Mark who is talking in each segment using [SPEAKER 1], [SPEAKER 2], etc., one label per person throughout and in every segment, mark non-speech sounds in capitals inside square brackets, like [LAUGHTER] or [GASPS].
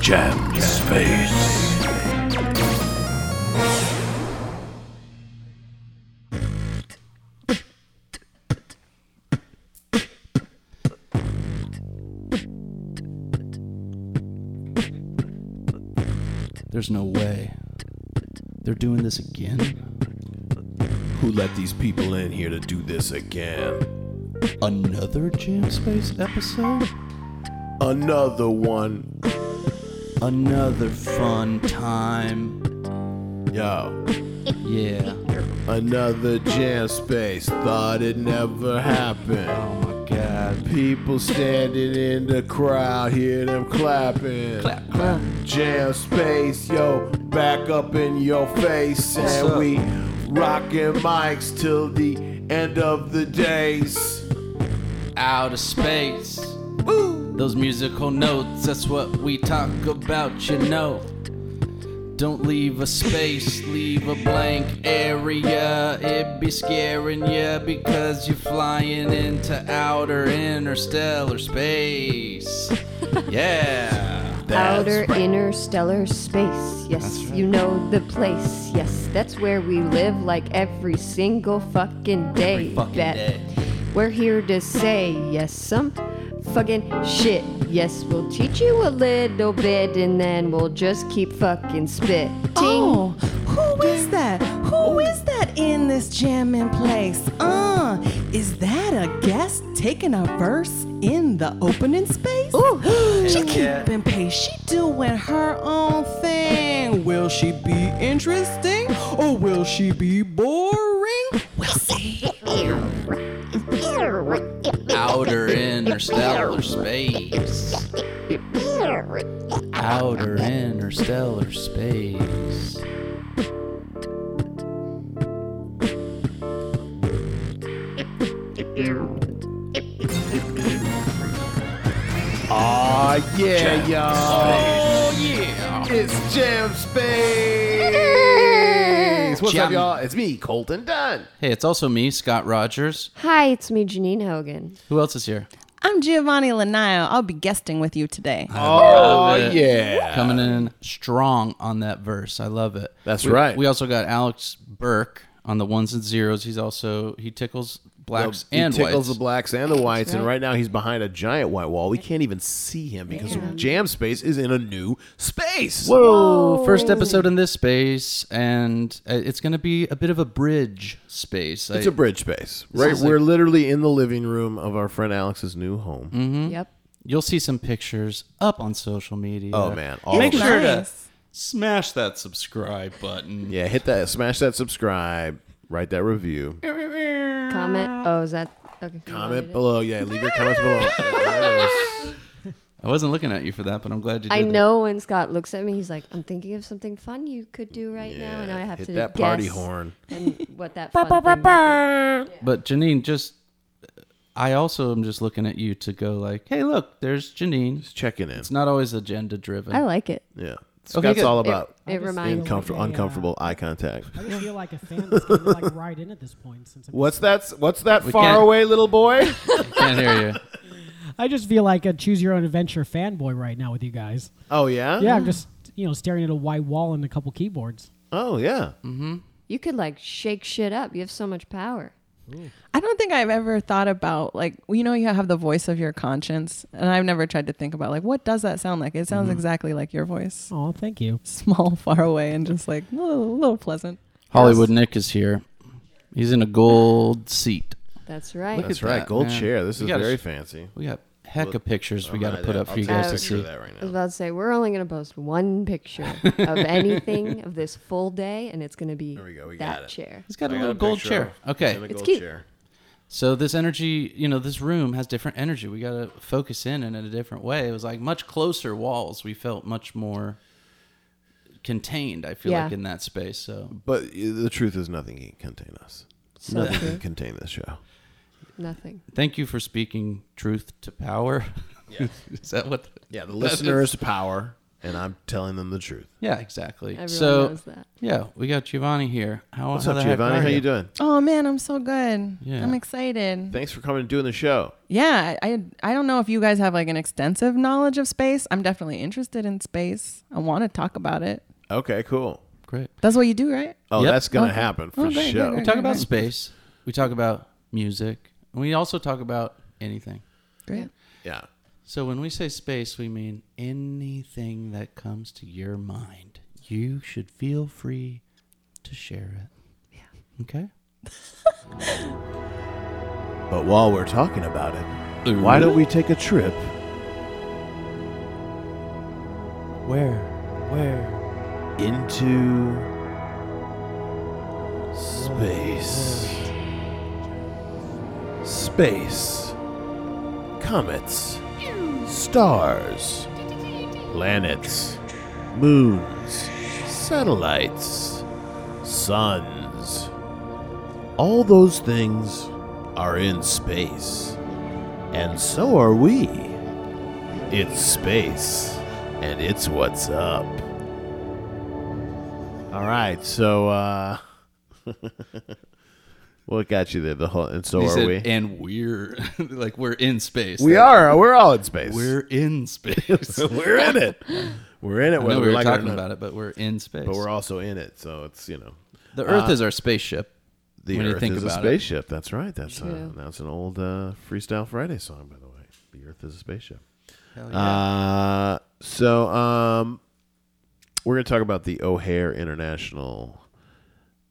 [SPEAKER 1] Jam Space.
[SPEAKER 2] There's no way. They're doing this again?
[SPEAKER 1] Who let these people in here to do this again?
[SPEAKER 2] Another Jam Space episode?
[SPEAKER 1] Another one.
[SPEAKER 2] Another fun time.
[SPEAKER 1] Yo,
[SPEAKER 2] Yeah.
[SPEAKER 1] another jam space. Thought it never happened.
[SPEAKER 2] Oh my god.
[SPEAKER 1] People standing in the crowd, hear them clapping. Clap, clap. Jam space, yo, back up in your face. and
[SPEAKER 2] up?
[SPEAKER 1] we rocking mics till the end of the days.
[SPEAKER 2] Out of space. Those musical notes, that's what we talk about, you know. Don't leave a space, leave a blank area. It be scaring ya because you're flying into outer interstellar
[SPEAKER 3] [LAUGHS]
[SPEAKER 2] space. Yeah.
[SPEAKER 1] That's
[SPEAKER 4] Outer
[SPEAKER 1] right.
[SPEAKER 4] interstellar space. Yes, you know the place. Yes, that's where we live like every single fucking day.
[SPEAKER 2] fucking
[SPEAKER 4] Bet.
[SPEAKER 2] day.
[SPEAKER 4] We're here to say yes, some fucking shit. Yes, we'll teach you a little bit and then we'll just keep fucking spitting.
[SPEAKER 3] Oh, who is that? Who is that in this jamming place? Uh, is that a guest taking a verse in the opening space? Ooh, [GASPS] she keeping pace. She doing her own thing. Will she be interesting or will she be boring? We'll see.
[SPEAKER 2] Outer interstellar space. Outer interstellar space.
[SPEAKER 1] Aw, yeah, y'all.
[SPEAKER 2] Oh yeah.
[SPEAKER 1] It's Jam Space. What's up,
[SPEAKER 2] Jam.
[SPEAKER 1] y'all? It's me, Colton Dunn.
[SPEAKER 2] Hey, it's also me, Scott Rogers.
[SPEAKER 4] Hi, it's me, Janine Hogan.
[SPEAKER 2] Who else is here?
[SPEAKER 3] I'm Giovanni Lanio. I'll be guesting with you today.
[SPEAKER 1] Oh,
[SPEAKER 2] it.
[SPEAKER 1] yeah.
[SPEAKER 2] Coming in strong on that verse. I love it.
[SPEAKER 1] Uh, That's
[SPEAKER 2] We-
[SPEAKER 1] right.
[SPEAKER 2] We also got Alex Burke on the ones and zeros. He's also he tickles blacks
[SPEAKER 1] he
[SPEAKER 2] and
[SPEAKER 1] tickles
[SPEAKER 2] whites.
[SPEAKER 1] the blacks and the whites, and right now he's behind a giant white wall. We can't even see him because Jam Space is in a new space.
[SPEAKER 2] Whoa! First episode in this space, and uh, it's going to be a bit of a bridge space.
[SPEAKER 1] It's
[SPEAKER 2] I-
[SPEAKER 1] a bridge space, right?
[SPEAKER 2] is like-
[SPEAKER 1] We're literally in the living room of our friend Alex's new home.
[SPEAKER 2] Mm-hmm.
[SPEAKER 4] Yep.
[SPEAKER 2] You'll see some pictures up on social media.
[SPEAKER 1] Oh man, all
[SPEAKER 2] Make
[SPEAKER 1] of us-
[SPEAKER 2] sure to
[SPEAKER 3] Nice.
[SPEAKER 2] smash that subscribe button.
[SPEAKER 1] yeah, hit that, smash that subscribe, write that review,
[SPEAKER 4] Comment. Oh, is that okay?
[SPEAKER 1] comment below. Yeah, leave your comments [LAUGHS] below.
[SPEAKER 2] I wasn't looking at you for that, but I'm glad you did.
[SPEAKER 4] I
[SPEAKER 2] it.
[SPEAKER 4] know when Scott looks at me, he's like, "I'm thinking of something fun you could do right now," and I have
[SPEAKER 1] hit
[SPEAKER 4] to
[SPEAKER 1] that
[SPEAKER 4] guess
[SPEAKER 1] party horn.
[SPEAKER 4] and what that fun thing might
[SPEAKER 2] But Janine, just I also am just looking at you to go like, hey, look, there's Janine.
[SPEAKER 1] Just checking in.
[SPEAKER 2] It's not always agenda
[SPEAKER 4] be. I
[SPEAKER 2] driven.
[SPEAKER 4] like it.
[SPEAKER 1] Yeah, so
[SPEAKER 2] Okay,
[SPEAKER 1] that's
[SPEAKER 2] good.
[SPEAKER 1] all
[SPEAKER 4] It,
[SPEAKER 1] about
[SPEAKER 4] it reminds me.
[SPEAKER 1] uncomfortable, uncomfortable eye contact.
[SPEAKER 5] I just feel like a fan is kind
[SPEAKER 2] [LAUGHS]
[SPEAKER 5] of like right in at this point. Since I'm-
[SPEAKER 1] What's that? What's that
[SPEAKER 2] We
[SPEAKER 1] far
[SPEAKER 2] can't-
[SPEAKER 1] away little boy?
[SPEAKER 2] Can't hear
[SPEAKER 4] [LAUGHS]
[SPEAKER 2] you.
[SPEAKER 5] I just feel like a choose your own adventure fanboy right now with you guys.
[SPEAKER 1] [LAUGHS] oh
[SPEAKER 2] Uh-huh.
[SPEAKER 5] Yeah, I'm just you know staring at a white wall and a couple keyboards.
[SPEAKER 1] Oh yeah.
[SPEAKER 4] You could like shake shit up. You have so much power.
[SPEAKER 3] I don't think I've ever thought about like you know you have the voice of your conscience, and I've never tried to think about like what does that sound like. It sounds exactly like your voice,
[SPEAKER 5] Oh, thank you.
[SPEAKER 3] [LAUGHS] small, far away, and just like a little, little pleasant.
[SPEAKER 2] Hollywood Nick is here. He's in a gold seat.
[SPEAKER 4] That's right.
[SPEAKER 2] Look at
[SPEAKER 1] That's right.
[SPEAKER 2] that,
[SPEAKER 1] Gold
[SPEAKER 2] man.
[SPEAKER 1] chair. This
[SPEAKER 2] We
[SPEAKER 1] is
[SPEAKER 2] gotta
[SPEAKER 1] very
[SPEAKER 2] sh-
[SPEAKER 1] fancy.
[SPEAKER 2] We got heck of pictures we got to
[SPEAKER 1] Alright,
[SPEAKER 2] put
[SPEAKER 1] yeah,
[SPEAKER 2] up
[SPEAKER 1] I'll
[SPEAKER 2] for you
[SPEAKER 1] take a
[SPEAKER 2] guys to
[SPEAKER 1] picture of
[SPEAKER 2] see.
[SPEAKER 1] that right
[SPEAKER 4] I was
[SPEAKER 1] now.
[SPEAKER 4] about to say we're only gonna post one picture
[SPEAKER 1] [LAUGHS]
[SPEAKER 4] of anything of this full day, and it's gonna be
[SPEAKER 1] we go, we
[SPEAKER 4] that
[SPEAKER 1] got it.
[SPEAKER 4] chair.
[SPEAKER 2] He's got
[SPEAKER 1] I
[SPEAKER 2] a
[SPEAKER 1] got
[SPEAKER 2] little gold
[SPEAKER 1] picture
[SPEAKER 2] chair.
[SPEAKER 1] of-
[SPEAKER 2] Okay.
[SPEAKER 1] of a
[SPEAKER 4] It's
[SPEAKER 1] gold
[SPEAKER 4] cute.
[SPEAKER 1] chair.
[SPEAKER 2] So this energy, you know, this room has different energy. We got to focus in and in a different way. It was like much closer walls. We felt much more contained. I feel
[SPEAKER 4] Yeah.
[SPEAKER 2] like in that space. So
[SPEAKER 1] But uh, the truth is, nothing can contain us.
[SPEAKER 4] So
[SPEAKER 1] nothing
[SPEAKER 4] true.
[SPEAKER 1] can contain this show.
[SPEAKER 4] [LAUGHS] Nothing.
[SPEAKER 2] thank you for speaking truth to power. [LAUGHS] is that what?
[SPEAKER 1] Yeah, the listener is power. and I'm telling them the truth.
[SPEAKER 2] Yeah, exactly.
[SPEAKER 4] Everyone
[SPEAKER 2] so
[SPEAKER 4] knows that.
[SPEAKER 2] yeah, we got Giovanni here. How
[SPEAKER 1] What's
[SPEAKER 2] how
[SPEAKER 1] up,
[SPEAKER 2] the heck
[SPEAKER 1] Giovanni?
[SPEAKER 2] are
[SPEAKER 1] How you doing?
[SPEAKER 3] Oh man, I'm so good.
[SPEAKER 2] Yeah.
[SPEAKER 3] I'm excited.
[SPEAKER 1] Thanks for coming and doing the show.
[SPEAKER 3] Yeah, I I I don't know if you guys have like an extensive knowledge of space. I'm definitely interested in space. I want to talk about it.
[SPEAKER 1] Okay, cool.
[SPEAKER 2] Great.
[SPEAKER 3] That's what you do, right?
[SPEAKER 1] Oh,
[SPEAKER 2] Yep.
[SPEAKER 1] that's gonna
[SPEAKER 3] Okay.
[SPEAKER 1] happen for
[SPEAKER 3] Oh, great, great,
[SPEAKER 1] sure.
[SPEAKER 3] great.
[SPEAKER 2] We talk about space. We talk about music. And we also talk about anything.
[SPEAKER 3] Great.
[SPEAKER 1] Yeah.
[SPEAKER 2] So when we say space, we mean anything that comes to your mind. You should feel free to share it. Yeah. Okay.
[SPEAKER 1] But while we're talking about it, why don't we take a trip
[SPEAKER 2] Where? Where?
[SPEAKER 1] into space? Space, comets, stars, planets, moons, satellites, suns. All those things are in space. And so are we. It's space, and it's what's up. All right, so uh [LAUGHS] what got you there? The whole and so
[SPEAKER 2] He
[SPEAKER 1] are
[SPEAKER 2] said,
[SPEAKER 1] we?
[SPEAKER 2] and we're [LAUGHS] like we're in space.
[SPEAKER 1] we
[SPEAKER 2] Like,
[SPEAKER 1] are. We're all in space.
[SPEAKER 2] We're in space. I
[SPEAKER 1] [LAUGHS] we're in
[SPEAKER 2] [LAUGHS]
[SPEAKER 1] it. We're in it.
[SPEAKER 2] know
[SPEAKER 1] Whether
[SPEAKER 2] we were
[SPEAKER 1] like it or
[SPEAKER 2] talking
[SPEAKER 1] not.
[SPEAKER 2] about it, but we're in space.
[SPEAKER 1] but we're also in it. So it's you know
[SPEAKER 2] the Earth is our spaceship.
[SPEAKER 1] the
[SPEAKER 2] When you
[SPEAKER 1] Earth
[SPEAKER 2] think
[SPEAKER 1] is a
[SPEAKER 2] about it.
[SPEAKER 1] spaceship. That's right. That's uh,
[SPEAKER 4] True.
[SPEAKER 1] that's an old uh, Freestyle Friday song, by the way. The Earth is a spaceship.
[SPEAKER 2] Hell
[SPEAKER 1] Uh, so um, we're gonna talk about the O'Hare International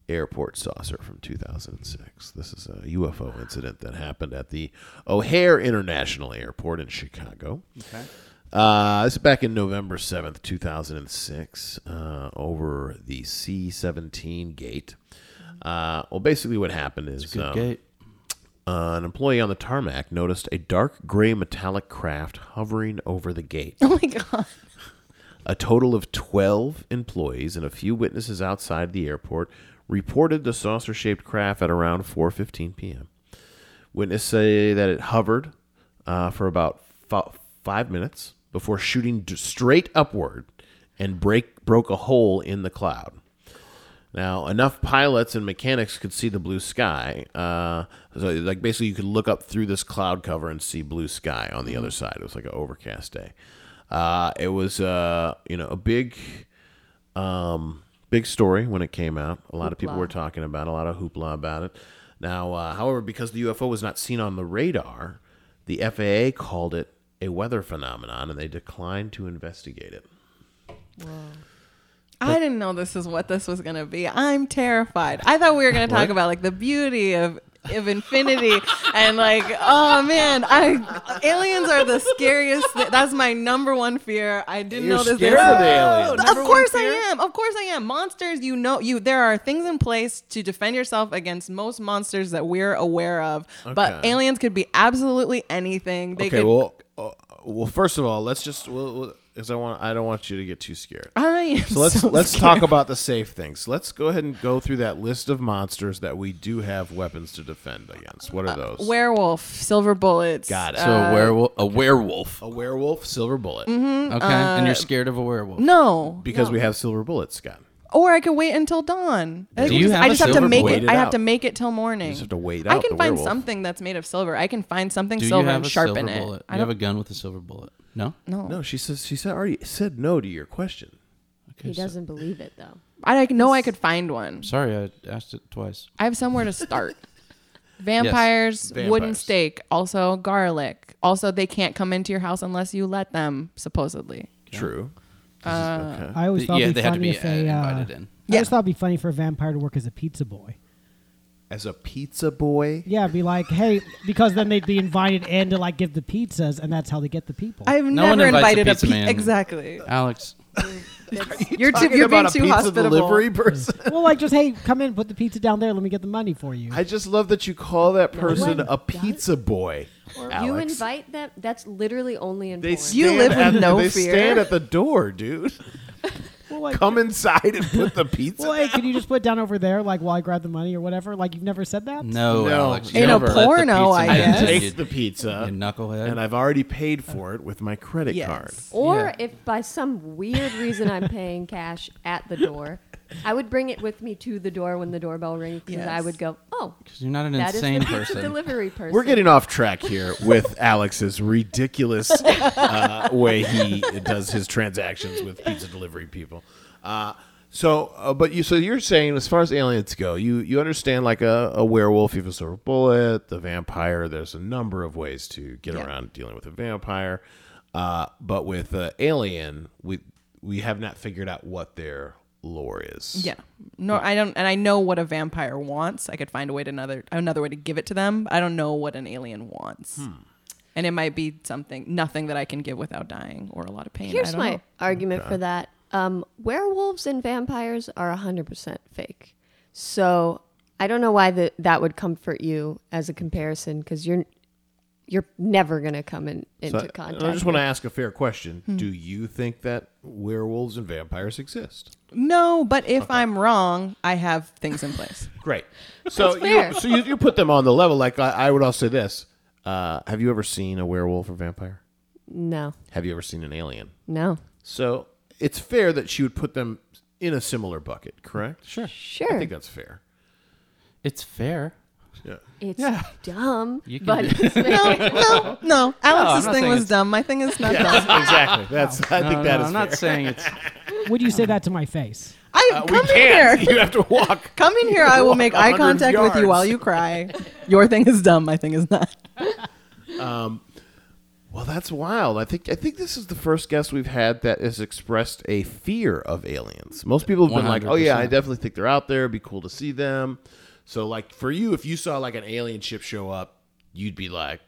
[SPEAKER 1] Airport saucer from 2006. This is a UFO incident that happened at the O'Hare International Airport in Chicago. Okay. Uh, this is back in November 7th, 2006, uh, over the C 17 gate. Uh, well, basically, what happened is um,
[SPEAKER 2] Okay.
[SPEAKER 1] uh, an employee on the tarmac noticed a dark gray metallic craft hovering over the gate.
[SPEAKER 3] [LAUGHS] Oh my god.
[SPEAKER 1] A total of 12 employees and a few witnesses outside the airport reported the saucer-shaped craft at around 4:15 p.m. Witnesses say that it hovered uh, for about f- five minutes before shooting d- straight upward and break broke a hole in the cloud. Now, enough pilots and mechanics could see the blue sky. Uh, so, like, basically, you could look up through this cloud cover and see blue sky on the other side. It was like an overcast day. Uh, it was, uh, you know, a big, um, big story when it came out. A lot of people were talking about, it, a lot of hoopla about it. Now, uh, however, because the UFO was not seen on the radar, the FAA called it a weather phenomenon, and they declined to investigate it.
[SPEAKER 3] I didn't know this is what this was gonna be. I'm terrified. I thought we were gonna talk about like the beauty of of infinity [LAUGHS] and like oh man, I aliens are the scariest. Thi- That's my number one fear. I didn't know this.
[SPEAKER 1] scared of the aliens.
[SPEAKER 3] No, Of course I am. Of course I am. Monsters, you know, you there are things in place to defend yourself against most monsters that we're aware of. But
[SPEAKER 1] Okay.
[SPEAKER 3] aliens could be absolutely anything. They
[SPEAKER 1] okay,
[SPEAKER 3] could
[SPEAKER 1] well, uh, well, first of all, let's just well, well, 'cause I want I don't want you to get too scared.
[SPEAKER 3] I am
[SPEAKER 1] So let's
[SPEAKER 3] so
[SPEAKER 1] let's
[SPEAKER 3] scared.
[SPEAKER 1] talk about the safe things. Let's go ahead and go through that list of monsters that we do have weapons to defend against.
[SPEAKER 3] Uh,
[SPEAKER 1] What are those?
[SPEAKER 3] werewolf, silver bullets.
[SPEAKER 1] Got it.
[SPEAKER 2] So a werewolf. A werewolf.
[SPEAKER 1] a werewolf, silver bullet.
[SPEAKER 3] Mm-hmm. Mm, uh,
[SPEAKER 2] Okay. and you're scared of a werewolf.
[SPEAKER 3] No,
[SPEAKER 1] Because we have silver bullets, Scott.
[SPEAKER 3] or I could wait until dawn. I,
[SPEAKER 2] Do you
[SPEAKER 3] just,
[SPEAKER 2] have
[SPEAKER 3] I
[SPEAKER 2] a
[SPEAKER 3] just have to
[SPEAKER 2] silver
[SPEAKER 3] make
[SPEAKER 1] bullet?
[SPEAKER 3] it.
[SPEAKER 1] Wait it
[SPEAKER 3] I have
[SPEAKER 1] out.
[SPEAKER 3] to make it till morning. You
[SPEAKER 1] just have to wait
[SPEAKER 3] I
[SPEAKER 1] out
[SPEAKER 3] can
[SPEAKER 1] the
[SPEAKER 3] find
[SPEAKER 1] werewolf.
[SPEAKER 3] something that's made of silver. I can find something
[SPEAKER 2] Do
[SPEAKER 3] silver
[SPEAKER 2] you have
[SPEAKER 3] and
[SPEAKER 2] a
[SPEAKER 3] sharpen
[SPEAKER 2] silver
[SPEAKER 3] it.
[SPEAKER 2] bullet?
[SPEAKER 3] I
[SPEAKER 2] You
[SPEAKER 3] don't
[SPEAKER 2] have a gun with a silver bullet. No.
[SPEAKER 3] no.
[SPEAKER 1] No, she says she said already said no to your question.
[SPEAKER 4] He doesn't believe it though.
[SPEAKER 3] I like, know I could find one.
[SPEAKER 2] Sorry, I asked it twice.
[SPEAKER 3] I have somewhere
[SPEAKER 2] [LAUGHS]
[SPEAKER 3] to start. Vampires, wooden
[SPEAKER 1] Vampires.
[SPEAKER 3] stake, also garlic. Also, they can't come into your house unless you let them, supposedly.
[SPEAKER 1] True.
[SPEAKER 3] Uh,
[SPEAKER 1] okay.
[SPEAKER 5] I always
[SPEAKER 2] Th-
[SPEAKER 5] thought
[SPEAKER 2] yeah,
[SPEAKER 5] it'd
[SPEAKER 2] they
[SPEAKER 5] be
[SPEAKER 2] had
[SPEAKER 5] funny
[SPEAKER 2] to be
[SPEAKER 5] if they,
[SPEAKER 2] uh,
[SPEAKER 5] uh,
[SPEAKER 2] invited in.
[SPEAKER 5] I always thought it'd be funny for a vampire to work as a pizza boy.
[SPEAKER 1] As a pizza boy,
[SPEAKER 5] Yeah, be like, hey, because then they'd be invited in to like give the pizzas, and that's how they get the people.
[SPEAKER 3] I've
[SPEAKER 2] No one
[SPEAKER 3] never
[SPEAKER 2] invites a
[SPEAKER 3] invited a,
[SPEAKER 2] pizza
[SPEAKER 3] pe-
[SPEAKER 2] man.
[SPEAKER 3] [LAUGHS] exactly.
[SPEAKER 1] [LAUGHS]
[SPEAKER 2] Alex,
[SPEAKER 3] You're too,
[SPEAKER 1] Talking
[SPEAKER 3] you're being
[SPEAKER 1] about a
[SPEAKER 3] too
[SPEAKER 1] pizza
[SPEAKER 3] hospitable.
[SPEAKER 1] delivery [LAUGHS] person.
[SPEAKER 5] well, like just hey, come in, put the pizza down there. Let me get the money for you.
[SPEAKER 1] I just love that you call that person
[SPEAKER 4] one
[SPEAKER 1] a
[SPEAKER 4] does.
[SPEAKER 1] pizza boy.
[SPEAKER 4] You
[SPEAKER 1] Alex.
[SPEAKER 4] invite them. That's literally only in
[SPEAKER 1] They
[SPEAKER 4] porn.
[SPEAKER 1] stand
[SPEAKER 3] You live with
[SPEAKER 1] at,
[SPEAKER 3] no
[SPEAKER 1] they
[SPEAKER 3] fear. [LAUGHS]
[SPEAKER 1] stand at the door, dude.
[SPEAKER 5] Well, like,
[SPEAKER 1] Come inside and put the pizza.
[SPEAKER 5] well, hey, can you just put it down over there, like while I grab the money or whatever? Like you've never said that.
[SPEAKER 2] No,
[SPEAKER 1] No.
[SPEAKER 2] Alex. you
[SPEAKER 1] In a
[SPEAKER 2] never let the
[SPEAKER 3] porno,
[SPEAKER 2] pizza
[SPEAKER 3] I
[SPEAKER 2] man
[SPEAKER 3] guess.
[SPEAKER 2] touch
[SPEAKER 1] Take
[SPEAKER 2] you.
[SPEAKER 1] the pizza,
[SPEAKER 2] you knucklehead.
[SPEAKER 1] and I've already paid for it with my credit
[SPEAKER 3] Yes.
[SPEAKER 1] card.
[SPEAKER 4] Or
[SPEAKER 2] Yeah.
[SPEAKER 4] if by some weird reason I'm paying cash at the door, I would bring it with me to the door when the doorbell rings because I
[SPEAKER 3] Yes.
[SPEAKER 4] would go, oh,
[SPEAKER 2] You're not an
[SPEAKER 4] that is the
[SPEAKER 2] insane
[SPEAKER 4] pizza
[SPEAKER 2] person.
[SPEAKER 4] [LAUGHS] delivery person.
[SPEAKER 1] We're getting off track here with Alex's ridiculous uh, way he does his transactions with pizza delivery people. Uh, so, uh, but you, so you're saying as far as aliens go, you you understand like a, a werewolf, you have a silver bullet, the vampire. There's a number of ways to get
[SPEAKER 3] Yeah.
[SPEAKER 1] around dealing with a vampire, uh, but with uh, alien, we we have not figured out what their lore is.
[SPEAKER 3] Yeah. No, I don't, and I know what a vampire wants. I could find a way to another another way to give it to them. I don't know what an alien wants, and it might be something nothing that I can give without dying or a lot of pain. I
[SPEAKER 4] Here's
[SPEAKER 3] don't
[SPEAKER 4] my
[SPEAKER 3] know.
[SPEAKER 4] argument for that. Um, werewolves and vampires are 100% fake. So I don't know why the, that would comfort you as a comparison because you're you're never going to come in,
[SPEAKER 1] So
[SPEAKER 4] into
[SPEAKER 1] I-
[SPEAKER 4] contact.
[SPEAKER 1] I just
[SPEAKER 4] with- Hmm.
[SPEAKER 1] want to ask a fair question. Do you think that werewolves and vampires exist?
[SPEAKER 3] no. But if I'm wrong, I have things
[SPEAKER 4] [LAUGHS]
[SPEAKER 3] in place.
[SPEAKER 1] Great. So
[SPEAKER 4] That's fair.
[SPEAKER 1] you, so you, you put them on the level. Like I, I would also say this. Uh, have you ever seen a werewolf or vampire?
[SPEAKER 4] No,
[SPEAKER 1] Have you ever seen an alien?
[SPEAKER 4] no.
[SPEAKER 1] So it's fair that she would put them in a similar bucket, correct? Sure. I
[SPEAKER 4] Sure.
[SPEAKER 1] think that's fair.
[SPEAKER 2] It's fair.
[SPEAKER 1] Yeah. [LAUGHS]
[SPEAKER 4] It's dumb,
[SPEAKER 2] You can
[SPEAKER 4] but
[SPEAKER 2] do-
[SPEAKER 4] [LAUGHS] it's fair.
[SPEAKER 3] no, no.
[SPEAKER 2] I'm
[SPEAKER 3] Alex's
[SPEAKER 2] not
[SPEAKER 3] thing
[SPEAKER 2] saying
[SPEAKER 3] was
[SPEAKER 2] it's-
[SPEAKER 3] dumb. My thing is
[SPEAKER 1] [LAUGHS]
[SPEAKER 3] not dumb.
[SPEAKER 1] exactly. That's. I think
[SPEAKER 2] No,
[SPEAKER 1] that
[SPEAKER 2] no,
[SPEAKER 1] is
[SPEAKER 2] I'm
[SPEAKER 1] fair.
[SPEAKER 2] not saying it's.
[SPEAKER 5] Would you say that to my face?
[SPEAKER 3] I
[SPEAKER 1] Uh, we
[SPEAKER 3] come in
[SPEAKER 1] can't.
[SPEAKER 3] here.
[SPEAKER 1] [LAUGHS] You have to walk.
[SPEAKER 3] Come in here. I will make eye
[SPEAKER 1] 100
[SPEAKER 3] contact with
[SPEAKER 1] yards.
[SPEAKER 3] you while you cry. Your thing is dumb. My thing is not.
[SPEAKER 1] Well, that's wild. I think I think this is the first guest we've had that has expressed a fear of aliens. Most people have been like, "Oh yeah, I
[SPEAKER 2] 100%.
[SPEAKER 1] definitely think they're out there. It'd be cool to see them." So, like for you, if you saw like an alien ship show up, you'd be like,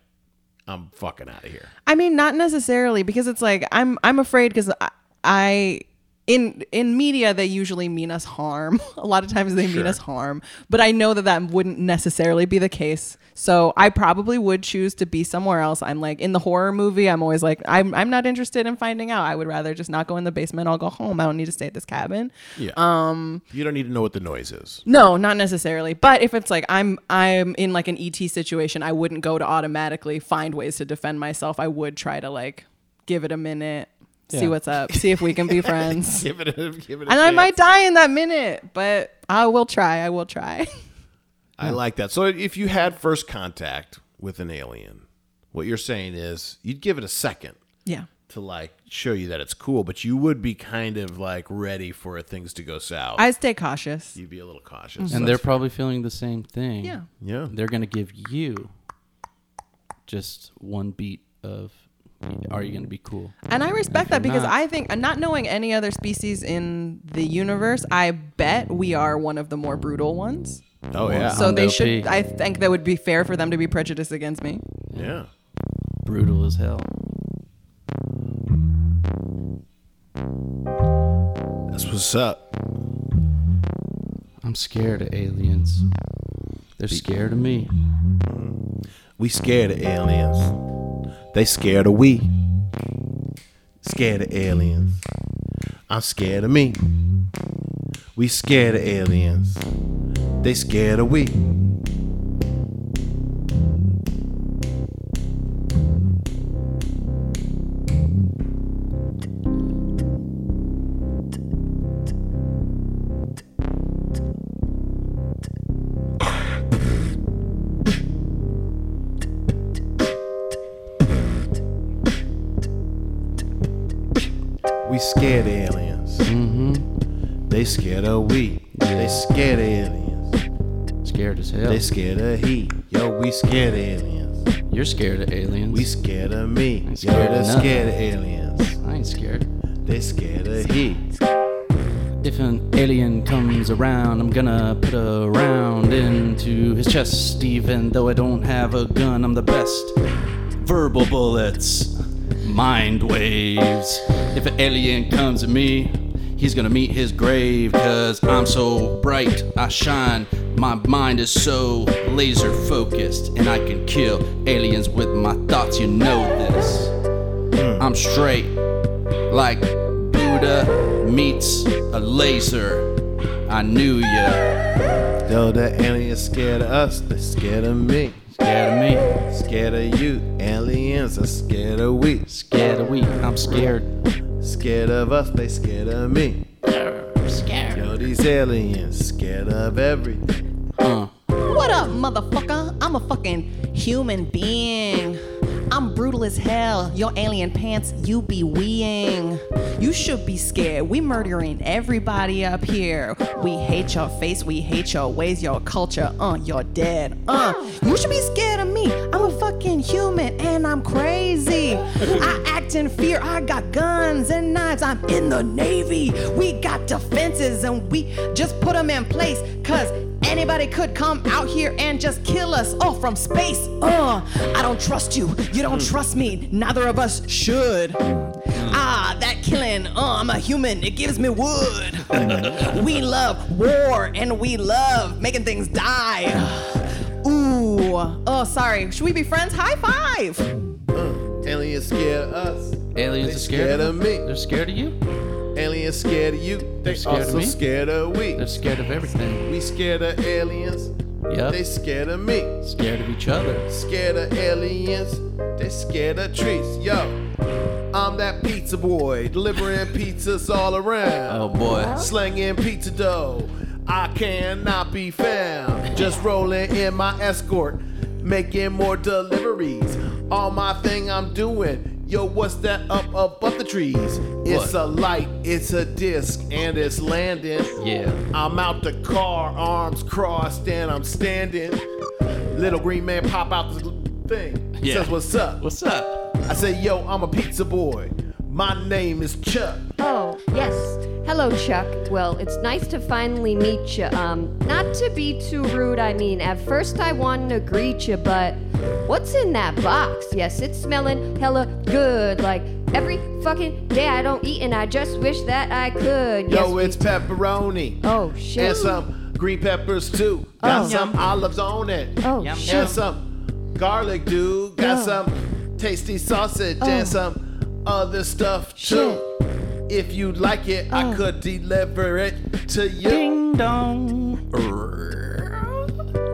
[SPEAKER 1] "I'm fucking out of here."
[SPEAKER 3] I mean, not necessarily because it's like I'm I'm afraid because I, I in in media they usually mean us harm. [LAUGHS] A lot of times they mean us harm, but I know that that wouldn't necessarily be the case. So I probably would choose to be somewhere else. I'm like in the horror movie. I'm always like I'm I'm not interested in finding out. I would rather just not go in the basement. I'll go home. I don't need to stay at this cabin.
[SPEAKER 1] Yeah. Um. You don't need to know what the noise is.
[SPEAKER 3] No, not necessarily. But if it's like I'm I'm in like an ET situation, I wouldn't go to automatically find ways to defend myself. I would try to like give it a minute, see
[SPEAKER 2] Yeah.
[SPEAKER 3] what's up, see if we can
[SPEAKER 2] [LAUGHS]
[SPEAKER 3] be friends.
[SPEAKER 1] [LAUGHS] Give it. A, give it. A
[SPEAKER 3] and I
[SPEAKER 1] chance.
[SPEAKER 3] might die in that minute, but I will try. I will try. [LAUGHS]
[SPEAKER 1] I like that. So, if you had first contact with an alien, what you're saying is you'd give it a second.
[SPEAKER 3] Yeah.
[SPEAKER 1] To like show you that it's cool, but you would be kind of like ready for things to go south.
[SPEAKER 3] I stay cautious.
[SPEAKER 1] you'd be a little cautious.
[SPEAKER 2] And they're probably feeling the same thing.
[SPEAKER 3] Yeah.
[SPEAKER 1] yeah.
[SPEAKER 2] They're going to give you just one beat of are you going to be cool?
[SPEAKER 3] And I respect that because
[SPEAKER 2] not-
[SPEAKER 3] I think, and not knowing any other species in the universe, I bet we are one of the more brutal ones.
[SPEAKER 1] Oh yeah.
[SPEAKER 3] So they
[SPEAKER 2] no pee.
[SPEAKER 3] should, I think that would be fair for them to be prejudiced against me.
[SPEAKER 1] yeah.
[SPEAKER 2] Brutal as hell.
[SPEAKER 1] That's what's up.
[SPEAKER 2] I'm scared of aliens. They're scared of me.
[SPEAKER 1] We scared of aliens. They scared of we. Scared of aliens. I'm scared of me. We scared of aliens. They scared of we. We scared of aliens. Mm-hmm. They scared of we. They scared of aliens.
[SPEAKER 2] Scared as hell.
[SPEAKER 1] They scared of he. Yo, we scared of aliens.
[SPEAKER 2] You're scared of aliens.
[SPEAKER 1] We scared of me. Yo,
[SPEAKER 2] scared of
[SPEAKER 1] they
[SPEAKER 2] nothing.
[SPEAKER 1] scared of aliens.
[SPEAKER 2] I ain't scared.
[SPEAKER 1] They scared of he.
[SPEAKER 2] If an alien comes around, I'm gonna put a round into his chest. Even though I don't have a gun, I'm the best. Verbal bullets, mind waves. If an alien comes at me, he's gonna meet his grave. Cause I'm so bright, I shine. My mind is so laser focused, and I can kill aliens with my thoughts. You know this. I'm straight like Buddha. soda meets a laser. I knew ya.
[SPEAKER 1] Delta Annie is scared of us, they scared of me.
[SPEAKER 2] Scared of me,
[SPEAKER 1] Scared of you, aliens are scared of we.
[SPEAKER 2] scared of we. I'm scared.
[SPEAKER 1] Scared of us, they scared of me.
[SPEAKER 2] Scared.
[SPEAKER 1] Yo, these aliens scared of everything.
[SPEAKER 2] Uh.
[SPEAKER 3] What up, motherfucker? I'm a fucking human being. I'm brutal as hell. Your alien pants, you be weeing. You should be scared. We murdering everybody up here. We hate your face. We hate your ways, your culture. Uh, you're dead. Uh, you should be scared of me. I'm a fucking human and I'm crazy. I act in fear. I got guns and knives. I'm in the Navy. We got defenses and we just put them in place because Anybody could come out here and just kill us all from space. Uh, I don't trust you. You don't trust me. Neither of us should. Ah, that killing. Uh, I'm a human. It gives me wood. we love war and we love making things die. Ooh. Oh, sorry. Should we be friends? High five.
[SPEAKER 1] Uh, aliens scared of us.
[SPEAKER 2] Aliens
[SPEAKER 1] they
[SPEAKER 2] are scared,
[SPEAKER 1] of me.
[SPEAKER 2] They're scared of you.
[SPEAKER 1] Aliens scared of you. They
[SPEAKER 2] scared of
[SPEAKER 1] also
[SPEAKER 2] me.
[SPEAKER 1] scared of we.
[SPEAKER 2] They're scared of everything.
[SPEAKER 1] We scared of aliens.
[SPEAKER 2] Yep.
[SPEAKER 1] They scared of me.
[SPEAKER 2] scared of each other.
[SPEAKER 1] Scared of aliens. They scared of trees. Yo, I'm that pizza boy delivering pizzas all around.
[SPEAKER 2] Oh boy.
[SPEAKER 1] slinging pizza dough. I cannot be found. Just rolling in my escort, making more deliveries. All my thing I'm doing. Yo, what's that up above the trees? It's a light, it's a disc, and it's landing.
[SPEAKER 2] Yeah.
[SPEAKER 1] I'm out the car, arms crossed, and I'm standing. Little green man pop out the thing.
[SPEAKER 2] Yeah.
[SPEAKER 1] Says, what's up?
[SPEAKER 2] What's up?
[SPEAKER 1] I say, yo, I'm a pizza boy. My name is Chuck.
[SPEAKER 4] Oh, yes. Hello, Chuck. Well, it's nice to finally meet you. Um, not to be too rude, I mean, at first I wanted to greet you, but what's in that box? Yes, it's smelling hella good. Like every fucking day I don't eat, and I just wish that I could. Yes,
[SPEAKER 1] Yo,
[SPEAKER 4] we-
[SPEAKER 1] it's pepperoni.
[SPEAKER 4] Oh, shit.
[SPEAKER 1] And some green peppers too. Got
[SPEAKER 4] Oh.
[SPEAKER 1] some olives on it.
[SPEAKER 4] Oh,
[SPEAKER 2] Yum,
[SPEAKER 4] shit.
[SPEAKER 1] And some garlic, dude. Got
[SPEAKER 4] Yeah.
[SPEAKER 1] some tasty sausage
[SPEAKER 4] Oh.
[SPEAKER 1] and some other stuff
[SPEAKER 4] Shit.
[SPEAKER 1] too. If you'd like it, I
[SPEAKER 4] Oh.
[SPEAKER 1] could deliver it to you.
[SPEAKER 2] Ding dong.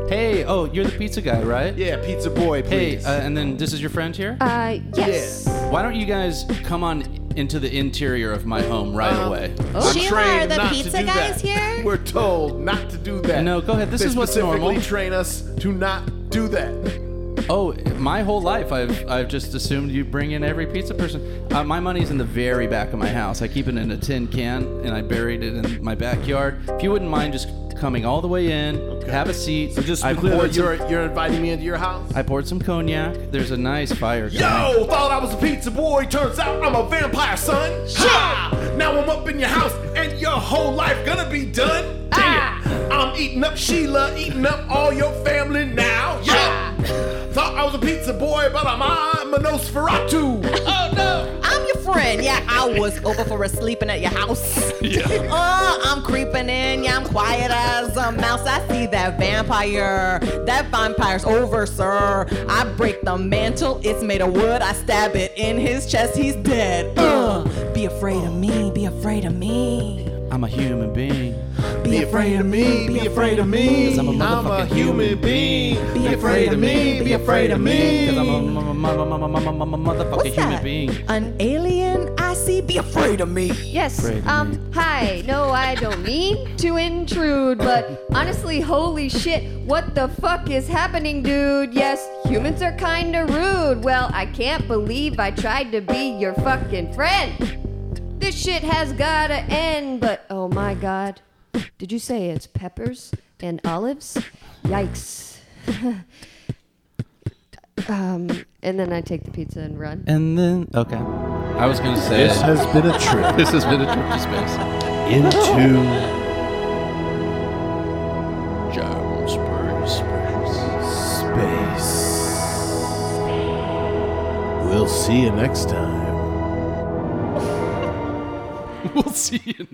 [SPEAKER 2] Hey, oh, you're the pizza guy, right?
[SPEAKER 1] Yeah, pizza boy,
[SPEAKER 2] Hey,
[SPEAKER 1] please.
[SPEAKER 2] uh, and then this is your friend here?
[SPEAKER 4] Uh, yes.
[SPEAKER 2] Why don't you guys come on into the interior of my home right away?
[SPEAKER 1] We're
[SPEAKER 3] Oh, Sheila,
[SPEAKER 1] trained
[SPEAKER 3] are the
[SPEAKER 1] not to
[SPEAKER 3] pizza
[SPEAKER 1] do that.
[SPEAKER 3] guys here?
[SPEAKER 1] We're told not to do that.
[SPEAKER 2] No, go ahead. This
[SPEAKER 1] They
[SPEAKER 2] is what's
[SPEAKER 1] specifically
[SPEAKER 2] normal.
[SPEAKER 1] train us to not do that.
[SPEAKER 2] Oh, my whole life I've I've just assumed you bring in every pizza person. Uh, my money's in the very back of my house. I keep it in a tin can and I buried it in my backyard. If you wouldn't mind just coming all the way in, have a seat.
[SPEAKER 1] So just to
[SPEAKER 2] I
[SPEAKER 1] be clear,
[SPEAKER 2] poured
[SPEAKER 1] that
[SPEAKER 2] some-
[SPEAKER 1] you're, you're inviting me into your house?
[SPEAKER 2] I poured some cognac. There's a nice fire. going.
[SPEAKER 1] Yo, thought I was a pizza boy. Turns out I'm a vampire, son. Ha! Now I'm up in your house, and your whole life gonna be done.
[SPEAKER 3] Ah.
[SPEAKER 1] Damn. I'm eating up Sheila, eating up all your family now. Yo,
[SPEAKER 3] Ah.
[SPEAKER 1] thought I was a pizza boy, but I'm, I'm a Nosferatu.
[SPEAKER 3] Oh. I'm your friend. Yeah, I was over for a sleeping at
[SPEAKER 1] [LAUGHS]
[SPEAKER 3] your house. Yeah. [LAUGHS] Oh, I'm creeping in. Yeah, I'm quiet as a mouse. I see that vampire. That vampire's over, sir. I break the mantle. It's made of wood. I stab it in his chest. He's dead. Uh, be afraid of me. Be afraid of me.
[SPEAKER 2] I'm a human being.
[SPEAKER 1] Be afraid of me, be afraid of me.
[SPEAKER 2] 'Cause I'm a
[SPEAKER 1] I'm a
[SPEAKER 2] motherfucking
[SPEAKER 1] human
[SPEAKER 2] human
[SPEAKER 1] being.
[SPEAKER 3] Be afraid of me, be afraid of me.
[SPEAKER 2] Because I'm a m- m- m- m- m- m- motherfucking
[SPEAKER 3] What's
[SPEAKER 2] human
[SPEAKER 3] that?
[SPEAKER 2] being.
[SPEAKER 3] An alien I see. Be afraid of me.
[SPEAKER 4] Yes.
[SPEAKER 2] Afraid of me.
[SPEAKER 4] Um, hi. No, I don't mean to intrude, but honestly, holy shit, what the fuck is happening, dude? Yes, humans are kinda rude. Well, I can't believe I tried to be your fucking friend. This shit has gotta end, but oh my god. Did you say it's peppers and olives? Yikes. [LAUGHS] um, and then I take the pizza and run.
[SPEAKER 2] And then okay, I was gonna say
[SPEAKER 1] This has been a trip
[SPEAKER 2] [LAUGHS] this has been a trip to space.
[SPEAKER 1] into space. We'll see you next time.
[SPEAKER 2] We'll see you.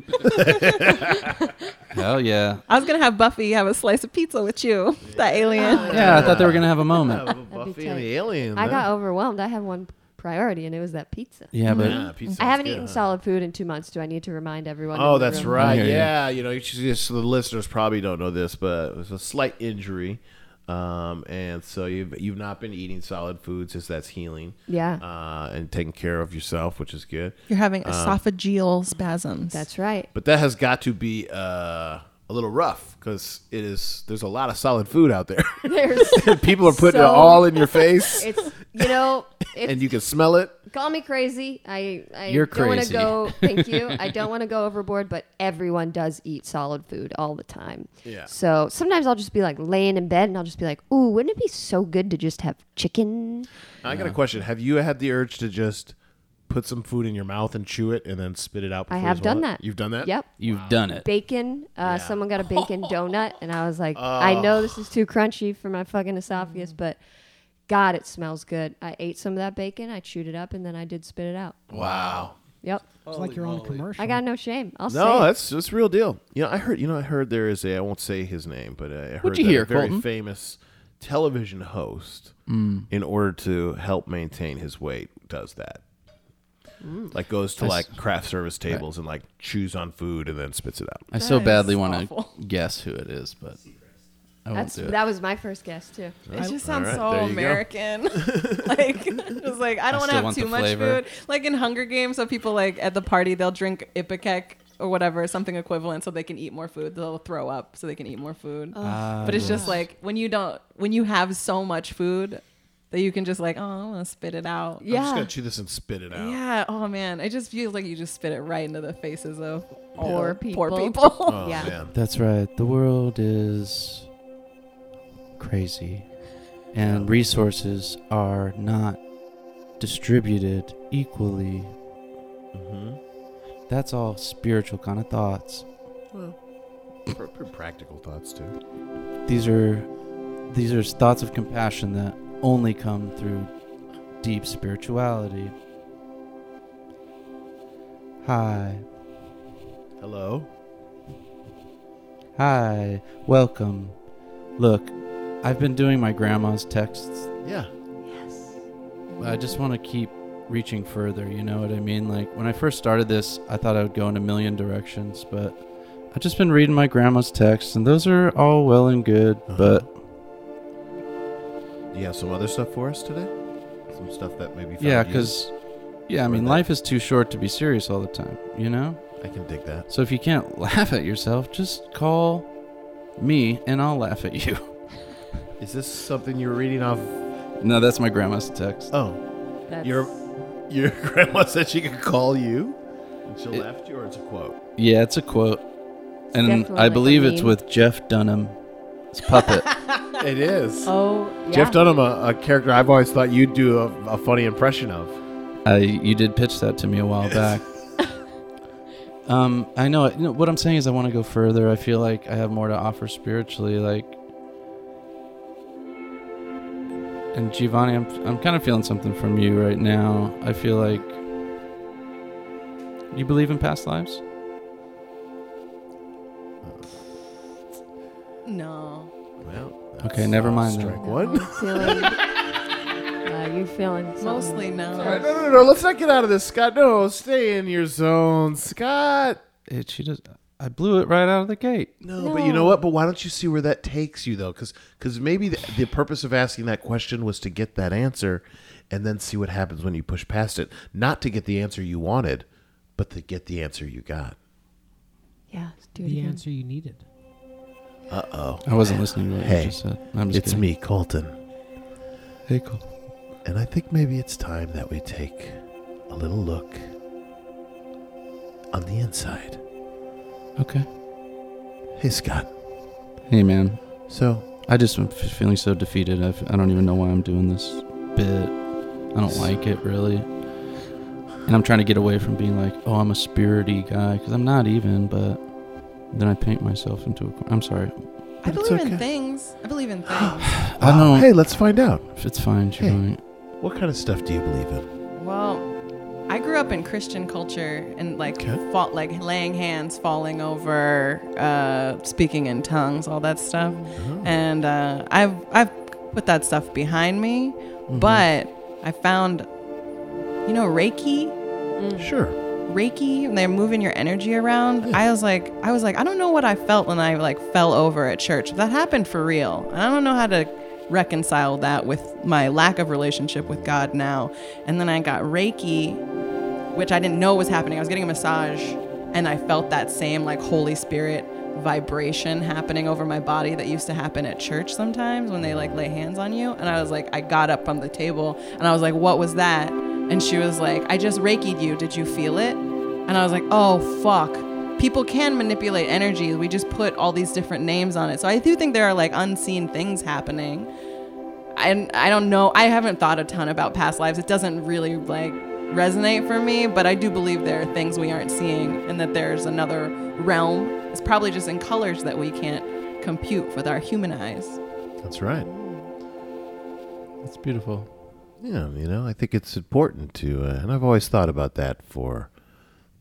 [SPEAKER 2] Hell yeah.
[SPEAKER 3] I was gonna have Buffy have a slice of pizza with you. That alien.
[SPEAKER 2] Yeah, I thought they were gonna have a moment.
[SPEAKER 4] That'd be
[SPEAKER 1] Buffy and
[SPEAKER 4] tight.
[SPEAKER 1] the Alien.
[SPEAKER 4] I
[SPEAKER 1] huh?
[SPEAKER 4] got overwhelmed. I had one priority, and it was that pizza.
[SPEAKER 2] Yeah, but
[SPEAKER 1] Yeah, pizza
[SPEAKER 4] I
[SPEAKER 1] sounds
[SPEAKER 4] haven't
[SPEAKER 1] good,
[SPEAKER 4] eaten
[SPEAKER 1] huh?
[SPEAKER 4] solid food in two months. Do I need to remind everyone? in
[SPEAKER 1] Oh,
[SPEAKER 4] the
[SPEAKER 1] that's
[SPEAKER 4] room?
[SPEAKER 1] right.
[SPEAKER 2] I hear
[SPEAKER 1] Yeah,
[SPEAKER 2] ya.
[SPEAKER 1] you know, it's just, the listeners probably don't know this, but it was a slight injury, um, and so you've you've not been eating solid foods since that's healing.
[SPEAKER 4] Yeah.
[SPEAKER 1] uh, and taking care of yourself, which is good.
[SPEAKER 3] You're having esophageal spasms.
[SPEAKER 1] [LAUGHS]
[SPEAKER 4] That's right.
[SPEAKER 1] But that has got to be uh, a little rough because it is. There's a lot of solid food out there. [LAUGHS]
[SPEAKER 4] There's,
[SPEAKER 1] People are putting it
[SPEAKER 4] So-
[SPEAKER 1] all
[SPEAKER 4] [LAUGHS]
[SPEAKER 1] in your face,
[SPEAKER 4] it's you know, it's,
[SPEAKER 1] and you can smell it.
[SPEAKER 4] call me crazy. I, I
[SPEAKER 2] You're
[SPEAKER 4] don't want to
[SPEAKER 2] crazy.
[SPEAKER 4] go. Thank you.
[SPEAKER 1] [LAUGHS]
[SPEAKER 4] I don't want to go overboard, but everyone does eat solid food all the time.
[SPEAKER 1] Yeah.
[SPEAKER 4] So sometimes I'll just be like laying in bed and I'll just be like, "Ooh, wouldn't it be so good to just have chicken?"
[SPEAKER 1] I got a question. Have you had the urge to just put some food in your mouth and chew it, and then spit it out?
[SPEAKER 4] I
[SPEAKER 1] before you
[SPEAKER 4] have
[SPEAKER 1] swallow
[SPEAKER 4] done
[SPEAKER 1] it?
[SPEAKER 4] that.
[SPEAKER 1] You've done that.
[SPEAKER 4] Yep.
[SPEAKER 2] you've done it.
[SPEAKER 4] Bacon. Uh, Someone got a bacon donut, and I was like, I know this is too crunchy for my fucking esophagus, but God, it smells good. I ate some of that bacon, I chewed it up, and then I did spit it out.
[SPEAKER 1] Wow.
[SPEAKER 4] Yep.
[SPEAKER 5] It's like your own commercial.
[SPEAKER 4] I got no shame. I'll
[SPEAKER 1] No,
[SPEAKER 4] say it.
[SPEAKER 1] that's that's real deal. You know, I heard. You know, I heard there is a. I won't say his name, but I heard
[SPEAKER 2] What'd you
[SPEAKER 1] that
[SPEAKER 2] hear,
[SPEAKER 1] a very
[SPEAKER 2] Colton?
[SPEAKER 1] famous television host,
[SPEAKER 4] Mm.
[SPEAKER 1] in order to help maintain his weight, does that.
[SPEAKER 4] Mm.
[SPEAKER 1] Like goes to like craft service tables and like chews on food and then spits it out.
[SPEAKER 2] I so badly want to guess who it is, but I won't
[SPEAKER 4] That's
[SPEAKER 2] do it.
[SPEAKER 4] that was my first guess too.
[SPEAKER 3] It just sounds
[SPEAKER 1] right,
[SPEAKER 3] so
[SPEAKER 1] there you go.
[SPEAKER 3] American. like, [LAUGHS] just like I don't
[SPEAKER 2] still
[SPEAKER 3] want to have
[SPEAKER 2] want
[SPEAKER 3] too
[SPEAKER 2] the
[SPEAKER 3] much
[SPEAKER 2] flavor.
[SPEAKER 3] food. Like in Hunger Games, so people like at the party they'll drink Ipecac or whatever, something equivalent, so they can eat more food. They'll throw up so they can eat more food. but it's just like when you don't, when you have so much food that you can just like, oh, I want to spit it out.
[SPEAKER 1] I'm just
[SPEAKER 4] Yeah.
[SPEAKER 1] gonna chew this and spit it out.
[SPEAKER 3] Yeah. Oh man, it just feels like you just spit it right into the faces of
[SPEAKER 4] Poor
[SPEAKER 3] the Poor
[SPEAKER 4] people.
[SPEAKER 3] people.
[SPEAKER 1] [LAUGHS] Oh
[SPEAKER 4] Yeah.
[SPEAKER 1] man.
[SPEAKER 2] That's right. The world is crazy, and resources are not distributed equally.
[SPEAKER 1] Mm-hmm.
[SPEAKER 2] That's all spiritual kind of thoughts.
[SPEAKER 1] Pr- pr- practical thoughts too.
[SPEAKER 2] These are these are thoughts of compassion that only come through deep spirituality. Hi.
[SPEAKER 1] Hello.
[SPEAKER 2] Hi, welcome. Look, I've been doing my grandma's texts.
[SPEAKER 1] Yeah.
[SPEAKER 2] but I just want to keep reaching further, you know what I mean? Like, when I first started this, I thought I would go in a million directions, but I've just been reading my grandma's texts, and those are all well and good, but
[SPEAKER 1] You have some other stuff for us today. Some stuff that maybe.
[SPEAKER 2] yeah,
[SPEAKER 1] found you?
[SPEAKER 2] because, yeah, I mean,
[SPEAKER 1] that-
[SPEAKER 2] life is too short to be serious all the time, you know?
[SPEAKER 1] I can dig that.
[SPEAKER 2] So if you can't [LAUGHS] laugh at yourself, just call me and I'll laugh at you. [LAUGHS]
[SPEAKER 1] Is this something you were reading off?
[SPEAKER 2] no, that's my grandma's text.
[SPEAKER 1] Oh. [LAUGHS]
[SPEAKER 4] That's,
[SPEAKER 1] Your your grandma said she could call you, and she'll
[SPEAKER 2] It-
[SPEAKER 1] laugh at you, or it's a quote.
[SPEAKER 2] Yeah, it's a quote. And
[SPEAKER 4] definitely
[SPEAKER 2] I
[SPEAKER 4] like a
[SPEAKER 2] believe it's
[SPEAKER 4] meme.
[SPEAKER 2] with Jeff Dunham. It's Puppet.
[SPEAKER 1] It is.
[SPEAKER 4] oh yeah.
[SPEAKER 1] Jeff Dunham, a, a character I've always thought you'd do a, a funny impression of.
[SPEAKER 2] uh, you did pitch that to me a while back. um, I know, you know. What I'm saying is, I want to go further. I feel like I have more to offer spiritually. Like, and Giovanni, I'm I'm kind of feeling something from you right now. I feel like you believe in past lives.
[SPEAKER 3] No.
[SPEAKER 1] Well,
[SPEAKER 2] Okay, never mind. Then.
[SPEAKER 1] strike one.
[SPEAKER 4] I'm
[SPEAKER 2] [LAUGHS]
[SPEAKER 4] feeling. uh, you feeling something.
[SPEAKER 3] Mostly no.
[SPEAKER 1] No, no, no. Let's not get out of this, Scott. No, stay in your zone, Scott.
[SPEAKER 2] It, she does. I blew it right out of the gate.
[SPEAKER 1] No, but you know what? But why don't you see where that takes you though? Because maybe the, the purpose of asking that question was to get that answer, and then see what happens when you push past it. Not to get the answer you wanted, but to get the answer you got.
[SPEAKER 4] Yeah. Let's do it
[SPEAKER 5] the
[SPEAKER 4] again.
[SPEAKER 5] answer you needed.
[SPEAKER 2] I wasn't listening to what
[SPEAKER 1] Hey,
[SPEAKER 2] you just said. I'm just
[SPEAKER 1] It's
[SPEAKER 2] kidding.
[SPEAKER 1] me, Colton.
[SPEAKER 2] Hey, Cole.
[SPEAKER 1] And I think maybe it's time that we take a little look on the inside.
[SPEAKER 2] Okay.
[SPEAKER 1] Hey, Scott.
[SPEAKER 2] Hey, man.
[SPEAKER 1] So,
[SPEAKER 2] I just am f- feeling so defeated. I, f- I don't even know why I'm doing this bit. I don't like it really. And I'm trying to get away from being like, oh, I'm a spirity guy, because I'm not even. But then I paint myself into. a cor- I'm sorry.
[SPEAKER 3] I
[SPEAKER 1] But it's
[SPEAKER 3] believe
[SPEAKER 1] okay.
[SPEAKER 3] in things.
[SPEAKER 1] [GASPS]
[SPEAKER 3] I believe in things.
[SPEAKER 2] I don't.
[SPEAKER 1] hey, let's find out.
[SPEAKER 2] It's fine. You're
[SPEAKER 1] Hey.
[SPEAKER 2] right.
[SPEAKER 1] What kind of stuff do you believe in?
[SPEAKER 3] Well, I grew up in Christian culture and like
[SPEAKER 1] Okay.
[SPEAKER 3] fall, like laying hands, falling over, uh, speaking in tongues, all that stuff.
[SPEAKER 1] Oh.
[SPEAKER 3] And uh,
[SPEAKER 1] Mm-hmm.
[SPEAKER 3] Mm-hmm. I've I've put that stuff behind me, but I found You know, Reiki.
[SPEAKER 1] Sure.
[SPEAKER 3] Reiki and they're moving your energy around. I was like, I was like, I don't know what I felt when I like fell over at church. That happened for real. And I don't know how to reconcile that with my lack of relationship with God now. And then I got Reiki, which I didn't know was happening. I was getting a massage and I felt that same like Holy Spirit vibration happening over my body that used to happen at church sometimes when they like lay hands on you. And I was like, I got up from the table and I was like, what was that? And she was like, I just Reiki'd you. Did you feel it? And I was like, oh, fuck. People can manipulate energy. We just put all these different names on it. So I do think there are like unseen things happening. And I don't know. I haven't thought a ton about past lives. It doesn't really like resonate for me, but I do believe there are things we aren't seeing and that there's another realm. It's probably just in colors that we can't compute with our human eyes.
[SPEAKER 1] That's right.
[SPEAKER 2] It's beautiful.
[SPEAKER 1] Yeah, you know, I think it's important to, uh, and I've always thought about that for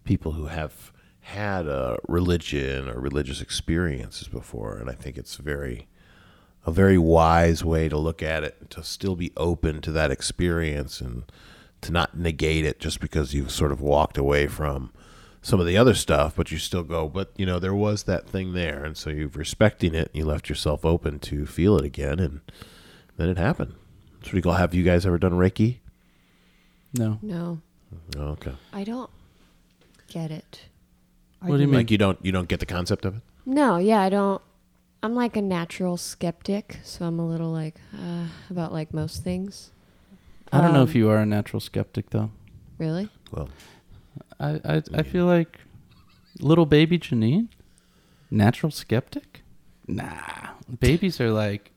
[SPEAKER 1] people who have had a religion or religious experiences before, and I think it's very, a very wise way to look at it, to still be open to that experience and to not negate it just because you've sort of walked away from some of the other stuff, but you still go, but you know, there was that thing there, and so you've respecting it, and you left yourself open to feel it again, and then it happened. It's pretty cool. Have you guys ever done Reiki?
[SPEAKER 2] No.
[SPEAKER 4] No,
[SPEAKER 1] Oh, Okay.
[SPEAKER 4] I don't get it.
[SPEAKER 2] What do you mean?
[SPEAKER 1] Like you don't you don't get the concept of it?
[SPEAKER 4] No, yeah, I don't. I'm like a natural skeptic, so I'm a little like uh, about like most things.
[SPEAKER 2] I don't know if
[SPEAKER 4] Um,
[SPEAKER 2] you are a natural skeptic though.
[SPEAKER 4] Really?
[SPEAKER 1] Well,
[SPEAKER 2] I I, I feel like little baby Janine, natural skeptic. Nah, babies are like,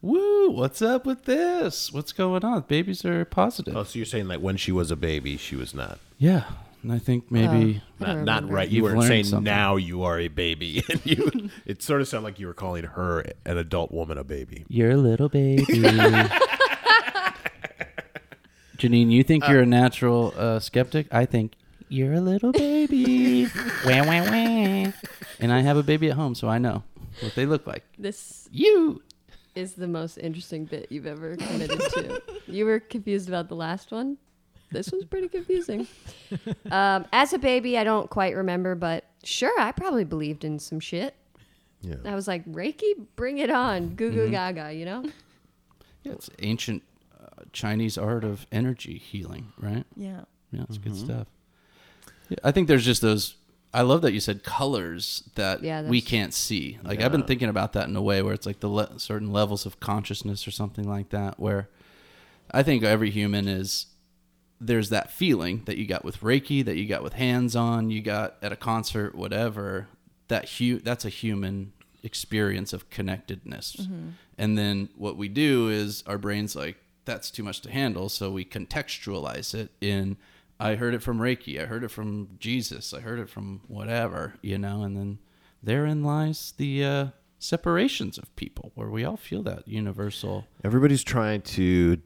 [SPEAKER 2] woo, what's up with this? What's going on? Babies are positive.
[SPEAKER 1] oh, so you're saying that when she was a baby, she was not
[SPEAKER 2] Yeah, and I think maybe
[SPEAKER 4] I
[SPEAKER 1] not,
[SPEAKER 4] don't
[SPEAKER 1] not
[SPEAKER 4] remember.
[SPEAKER 1] right. You
[SPEAKER 2] You've
[SPEAKER 1] weren't
[SPEAKER 2] learned
[SPEAKER 1] saying
[SPEAKER 2] something.
[SPEAKER 1] now you are a baby, [LAUGHS] and you. it sort of sounded like you were calling her an adult woman a baby.
[SPEAKER 2] you're a little baby. Janine, you think you're a natural uh, skeptic? I think you're a little baby. wah, wah, wah. And I have a baby at home, so I know what they look like.
[SPEAKER 4] This
[SPEAKER 2] You.
[SPEAKER 4] is the most interesting bit you've ever committed [LAUGHS] to. You were confused about the last one. This one's pretty confusing. Um, as a baby, I don't quite remember, but sure, I probably believed in some shit.
[SPEAKER 1] Yeah.
[SPEAKER 4] I was like, Reiki, bring it on, goo goo gaga, you know?
[SPEAKER 2] Yeah, it's ancient uh, Chinese art of energy healing, right?
[SPEAKER 3] Yeah.
[SPEAKER 2] Yeah, it's
[SPEAKER 4] Mm-hmm.
[SPEAKER 2] good stuff. Yeah, I think there's just those. I love that you said colors that
[SPEAKER 4] Yeah,
[SPEAKER 2] we
[SPEAKER 4] that's-
[SPEAKER 2] can't see. Like I've been thinking about that in a way where it's like the le- certain levels of consciousness or something like that. Where I think every human is there's that feeling that you got with Reiki, that you got with hands on, you got at a concert, whatever. That hu- that's a human experience of connectedness. And then what we do is our brains like that's too much to handle, so we contextualize it in I heard it from Reiki, I heard it from Jesus, I heard it from whatever, you know, and then therein lies the uh, separations of people where we all feel that universal
[SPEAKER 1] Everybody's trying to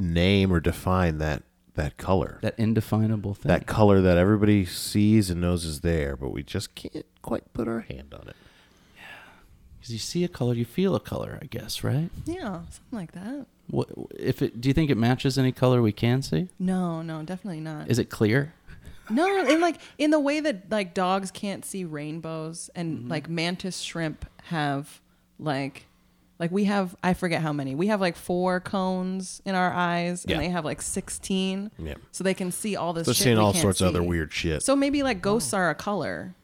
[SPEAKER 1] name or define that that color,
[SPEAKER 2] that indefinable thing.
[SPEAKER 1] that color that everybody sees and knows is there, but we just can't quite put our hand on it.
[SPEAKER 2] Because you see a color, you feel a color, I guess, right?
[SPEAKER 3] Yeah. Something like that.
[SPEAKER 2] What if it? Do you think it matches any color we can see?
[SPEAKER 3] No, no, definitely not.
[SPEAKER 2] Is it clear?
[SPEAKER 3] No, and like in the way that like dogs can't see rainbows and
[SPEAKER 1] Mm-hmm.
[SPEAKER 3] like mantis shrimp have like like we have I forget how many. We have like four cones in our eyes
[SPEAKER 1] Yeah.
[SPEAKER 3] and they have like 16.
[SPEAKER 1] Yeah.
[SPEAKER 3] So they can see all this
[SPEAKER 1] They're
[SPEAKER 3] shit
[SPEAKER 1] seeing
[SPEAKER 3] we
[SPEAKER 1] all
[SPEAKER 3] can't
[SPEAKER 1] sorts of other
[SPEAKER 3] see.
[SPEAKER 1] weird shit. Oh.
[SPEAKER 3] So maybe like ghosts are a color,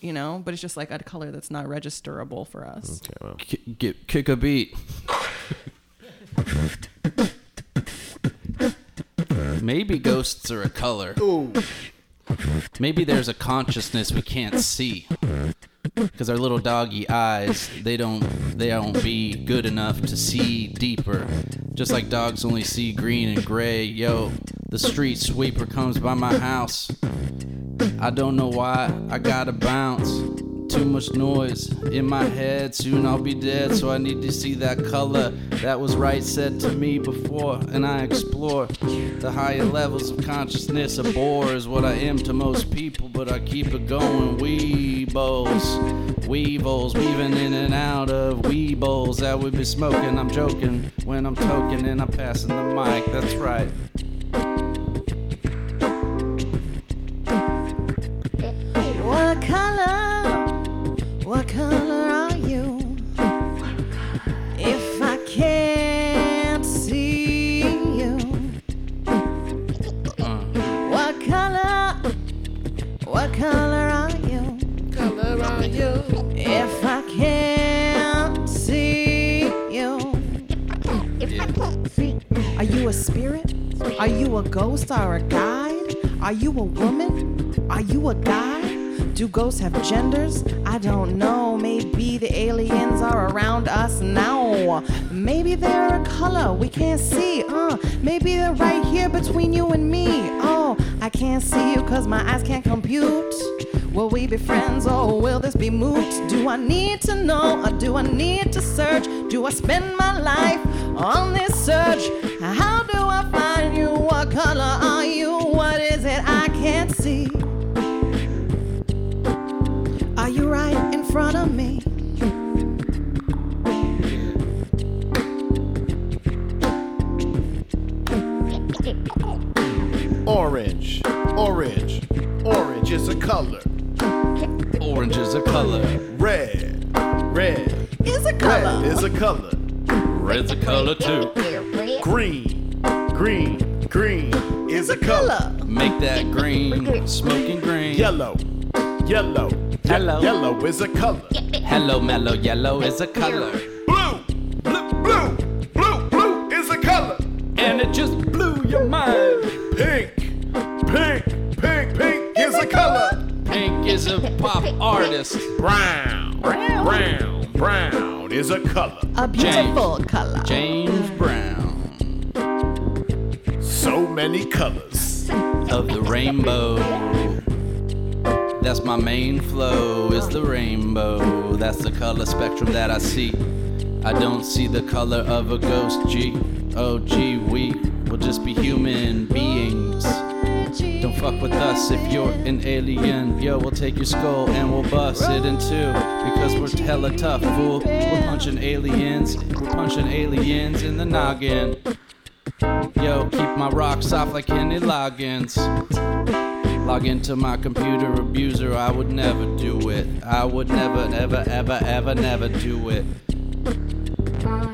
[SPEAKER 3] you know, but it's just like a color that's not registerable for us.
[SPEAKER 1] okay, well,
[SPEAKER 2] K- get, kick a beat. Maybe ghosts are a color. Maybe there's a consciousness we can't see. Because our little doggy eyes, they don't they don't be good enough to see deeper. Just like dogs only see green and gray. Yo, the street sweeper comes by my house. I don't know why I gotta bounce. Too much noise in my head. Soon I'll be dead, so I need to see that color that was right said to me before. And I explore the higher levels of consciousness. A bore is what I am to most people, but I keep it going. Weebles, weevils, weaving in and out of weebles that we be smoking. I'm joking when I'm toking and I'm passing the mic. That's right.
[SPEAKER 3] What color are you? Color are you? If I can't see you. Are you a spirit? Are you a ghost or a guide? Are you a woman? Are you a guy? Do ghosts have genders? I don't know. Maybe the aliens are around us now. Maybe they're a color we can't see. Uh, maybe they're right here between you and me. Oh, I can't see you because my eyes can't compute. Will we be friends or will this be moot? Do I need to know or do I need to search? Do I spend my life on this search? How do I find you? What color are you? What is it I can't see? Are you right in front of me?
[SPEAKER 1] Orange, orange, orange is a color.
[SPEAKER 2] Orange is a color.
[SPEAKER 1] Red, red,
[SPEAKER 3] Is a
[SPEAKER 1] red
[SPEAKER 3] color.
[SPEAKER 1] is a color.
[SPEAKER 2] Red's a color too.
[SPEAKER 1] Green, green, green is a color.
[SPEAKER 3] Color.
[SPEAKER 2] Make that green, smoking green.
[SPEAKER 1] Yellow, yellow, ye-
[SPEAKER 2] Hello.
[SPEAKER 1] yellow is a color.
[SPEAKER 2] Hello, mellow yellow is a color.
[SPEAKER 1] Blue, blue, blue, blue, blue is a color.
[SPEAKER 2] And it just blew your mind.
[SPEAKER 1] Pink, pink, pink, pink is a color.
[SPEAKER 2] Pink is a pop artist.
[SPEAKER 1] Brown, brown, brown is a color.
[SPEAKER 3] A beautiful color.
[SPEAKER 2] James Brown
[SPEAKER 1] So many colors.
[SPEAKER 2] of the rainbow. That's my main flow, is the rainbow. That's the color spectrum that I see. I don't see the color of a ghost, G. Oh, gee, we will just be human beings. Don't fuck with us if you're an alien. Yo, we'll take your skull and we'll bust it in two. Because we're hella tough, fool. We're punching aliens. We're punching aliens in the noggin. Yo, keep my rocks off like any logins. Log into my computer abuser, I would never do it. I would never, never, ever, ever, never do it.
[SPEAKER 6] Uh,